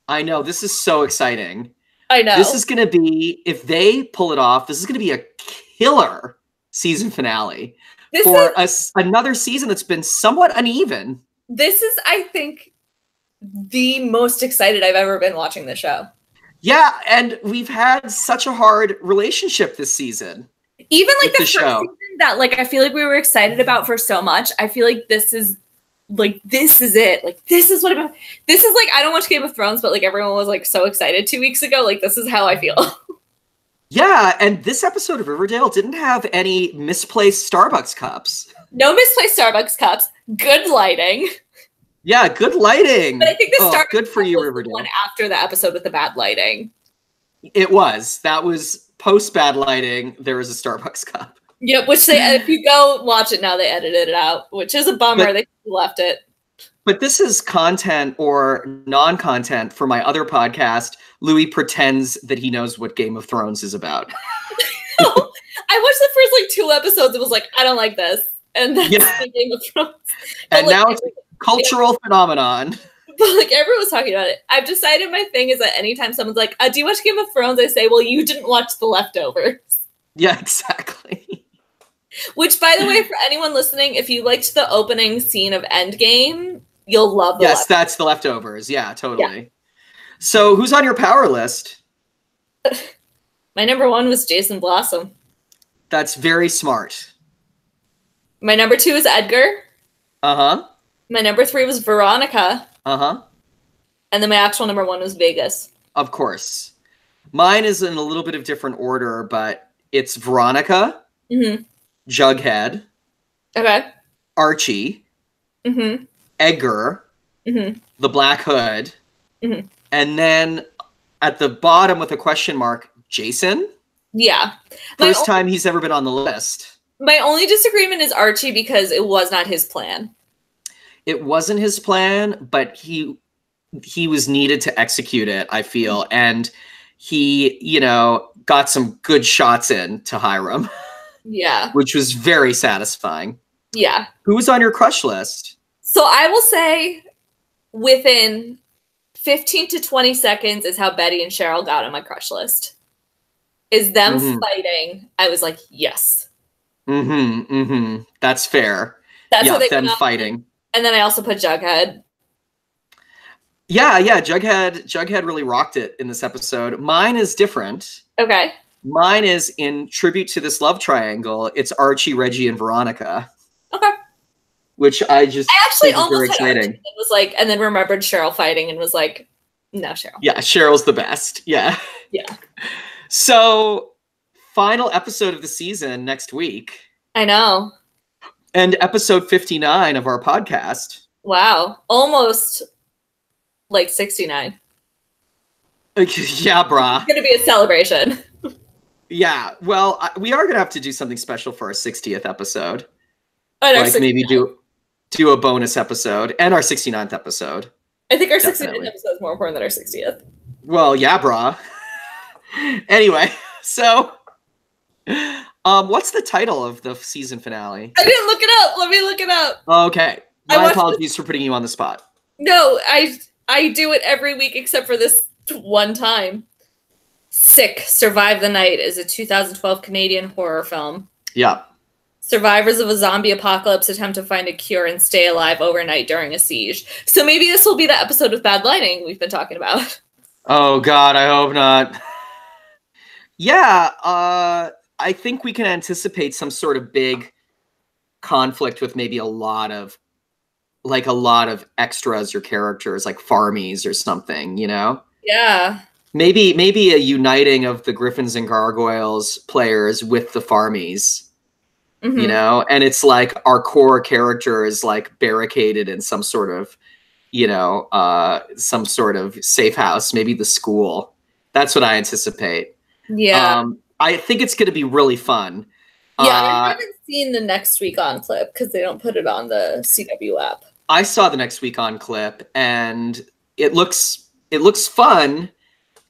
Speaker 2: I know this is so exciting.
Speaker 1: I know.
Speaker 2: This is going to be if they pull it off, this is going to be a killer season finale
Speaker 1: This
Speaker 2: for
Speaker 1: is
Speaker 2: a s another season that's been somewhat uneven.
Speaker 1: this is I think the most excited I've ever been watching the show.
Speaker 2: Yeah, and we've had such a hard relationship this season.
Speaker 1: Even like
Speaker 2: With
Speaker 1: the,
Speaker 2: the
Speaker 1: first
Speaker 2: show.
Speaker 1: season that like I feel like we were excited about for so much. I feel like this is like this is it. Like this is what I'm this is like I don't watch Game of Thrones, but like everyone was like so excited two weeks ago. Like this is how I feel.
Speaker 2: Yeah, and this episode of Riverdale didn't have any misplaced Starbucks cups.
Speaker 1: no misplaced Starbucks cups, good lighting.
Speaker 2: Yeah, good lighting.
Speaker 1: But I think the
Speaker 2: Oh,
Speaker 1: Starbucks
Speaker 2: good for
Speaker 1: cup
Speaker 2: you,
Speaker 1: was the
Speaker 2: Riverdale.
Speaker 1: one after the episode with the bad lighting.
Speaker 2: It was. That was post bad lighting. There was a Starbucks cup.
Speaker 1: Yep, which they if you go watch it now, they edited it out, which is a bummer.
Speaker 2: But-
Speaker 1: they left it.
Speaker 2: But this is content or non content for my other podcast. Louis pretends that he knows what Game of Thrones is about.
Speaker 1: I watched the first like two episodes and was like, I don't like this. And that's
Speaker 2: Yeah.
Speaker 1: the Game of Thrones. But,
Speaker 2: And
Speaker 1: like,
Speaker 2: now it's
Speaker 1: every-
Speaker 2: a cultural phenomenon.
Speaker 1: but like everyone was talking about it. I've decided my thing is that anytime someone's like, uh, do you watch Game of Thrones? I say, Well, you didn't watch The Leftovers.
Speaker 2: Yeah, exactly.
Speaker 1: Which by the way, for anyone listening, if you liked the opening scene of Endgame, you'll love the
Speaker 2: yes, that's the leftovers. Yeah, totally. So, who's on your power list?
Speaker 1: Leftovers. My number one was Jason Blossom.
Speaker 2: That's very smart.
Speaker 1: My number two is Edgar.
Speaker 2: Uh huh.
Speaker 1: My number three was Veronica.
Speaker 2: Uh huh.
Speaker 1: And then my actual number one was Vegas.
Speaker 2: Of course. Mine is in a little bit of different order, but it's Veronica,
Speaker 1: Mm-hmm.
Speaker 2: Jughead,
Speaker 1: Okay.
Speaker 2: Archie,
Speaker 1: Mm-hmm.
Speaker 2: Edgar,
Speaker 1: Mhm.
Speaker 2: the Black Hood,
Speaker 1: Mhm.
Speaker 2: and then at the bottom with a question mark, Jason.
Speaker 1: Yeah. My
Speaker 2: First
Speaker 1: only-
Speaker 2: time he's ever been on the list.
Speaker 1: My only disagreement is Archie because it was not his plan.
Speaker 2: it wasn't his plan, but he he was needed to execute it, I feel.
Speaker 1: Mm-hmm.
Speaker 2: And he, you know, got some good shots in to Hiram,
Speaker 1: Yeah.
Speaker 2: which was very satisfying.
Speaker 1: Yeah.
Speaker 2: Who was on your crush list?
Speaker 1: So I will say within 15 to 20 seconds is how Betty and Cheryl got on my crush list. Is them
Speaker 2: Mhm.
Speaker 1: fighting. I was like, yes.
Speaker 2: Mm-hmm. Mm-hmm. That's fair.
Speaker 1: That's
Speaker 2: yeah,
Speaker 1: how they
Speaker 2: them
Speaker 1: got on.
Speaker 2: fighting.
Speaker 1: And then I also put Jughead.
Speaker 2: Yeah, yeah. Jughead Jughead really rocked it in this episode. Mine is different.
Speaker 1: Okay.
Speaker 2: Mine is in tribute to this love triangle. It's Archie, Reggie, and Veronica.
Speaker 1: Okay.
Speaker 2: Which I just
Speaker 1: I actually
Speaker 2: think is very
Speaker 1: almost had
Speaker 2: exciting.
Speaker 1: Archie and was like, and then remembered Cheryl fighting and was like, no, Cheryl.
Speaker 2: Yeah, Cheryl's the best. Yeah.
Speaker 1: Yeah.
Speaker 2: So, final episode of the season next week
Speaker 1: I know.
Speaker 2: and episode 59 of our podcast.
Speaker 1: Wow. Almost like 69.
Speaker 2: yeah, brah.
Speaker 1: It's going to be a celebration.
Speaker 2: Yeah. Well, I, we are going to have to do something special for our 60th episode.
Speaker 1: Oh, And our
Speaker 2: like
Speaker 1: 60
Speaker 2: maybe do do a bonus episode and our 69th episode.
Speaker 1: I think our 69th
Speaker 2: Definitely.
Speaker 1: episode is more important than our 60th.
Speaker 2: Well, yeah, brah. anyway, so um what's the title of the season finale?
Speaker 1: I didn't look it up. Let me look it up.
Speaker 2: Okay.
Speaker 1: I
Speaker 2: My
Speaker 1: watched-
Speaker 2: apologies for putting you on the spot.
Speaker 1: No, I I do it every week except for this one time. Sick Survive the Night is a 2012 Canadian horror film.
Speaker 2: Yeah.
Speaker 1: Survivors of a zombie apocalypse attempt to find a cure and stay alive overnight during a siege. So maybe this will be the episode with bad lighting we've been talking about.
Speaker 2: Oh God, I hope not. yeah, uh, I think we can anticipate some sort of big conflict with maybe a lot of, like a lot of extras or characters, like farmies or something. You know,
Speaker 1: Yeah.
Speaker 2: maybe maybe a uniting of the Griffins and Gargoyles players with the farmies.
Speaker 1: Mhm.
Speaker 2: You know, and it's like our core character is like barricaded in some sort of, you know, uh, some sort of safe house, maybe the school. That's what I anticipate.
Speaker 1: Yeah.
Speaker 2: Um, I think it's going to be really fun.
Speaker 1: yeah, I
Speaker 2: Uh,
Speaker 1: haven't seen the next week on clip because they don't put it on the CW app.
Speaker 2: I saw the next week on clip, and it looks it looks fun,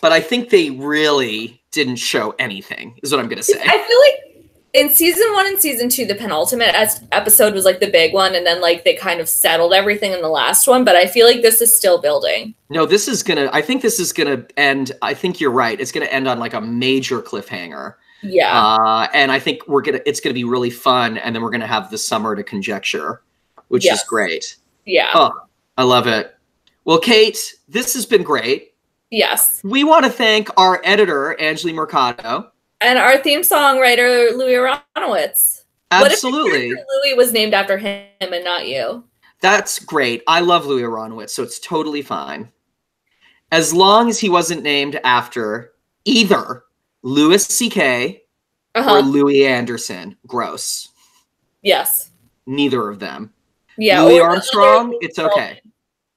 Speaker 2: but I think they really didn't show anything. Is what I'm going to say.
Speaker 1: I feel like in season one and season two, the penultimate es- episode was like the big one, and then like they kind of settled everything in the last one. But I feel like this is still building.
Speaker 2: No, this is gonna. I think this is gonna end. I think you're right. It's gonna end on like a major cliffhanger,
Speaker 1: Yeah,
Speaker 2: uh, and I think we're gonna. It's gonna be really fun, and then we're gonna have the summer to conjecture, which
Speaker 1: Yes.
Speaker 2: is great.
Speaker 1: yeah,
Speaker 2: Oh, I love it. Well, Kate, this has been great.
Speaker 1: yes.
Speaker 2: We want to thank our editor, Angeli Mercado.
Speaker 1: And our theme song writer Louis Aronowitz.
Speaker 2: Absolutely.
Speaker 1: Louis was named after him and not you.
Speaker 2: That's great. I love Louis Aronowitz, so it's totally fine. As long as he wasn't named after either Louis C.K.
Speaker 1: Uh
Speaker 2: or
Speaker 1: huh.
Speaker 2: Louis Anderson. Gross.
Speaker 1: Yes.
Speaker 2: Neither of them.
Speaker 1: Yeah. or
Speaker 2: Louis
Speaker 1: the
Speaker 2: Armstrong,
Speaker 1: other-
Speaker 2: it's okay.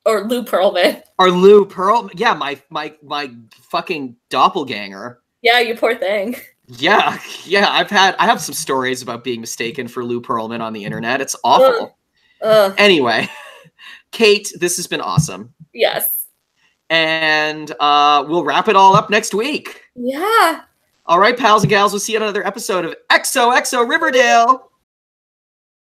Speaker 1: Or Lou Pearlman.
Speaker 2: Or Lou Pearl. Yeah, my my my fucking doppelganger.
Speaker 1: Yeah, you poor thing.
Speaker 2: Yeah, yeah. I've had I have some stories about being mistaken for Lou Pearlman on the internet. It's
Speaker 1: Uh.
Speaker 2: awful.
Speaker 1: Ugh.
Speaker 2: anyway, Kate, this has been awesome.
Speaker 1: Yes.
Speaker 2: And uh, we'll wrap it all up next week.
Speaker 1: Yeah.
Speaker 2: All right, pals and gals, we'll see you on another episode of XOXO Riverdale.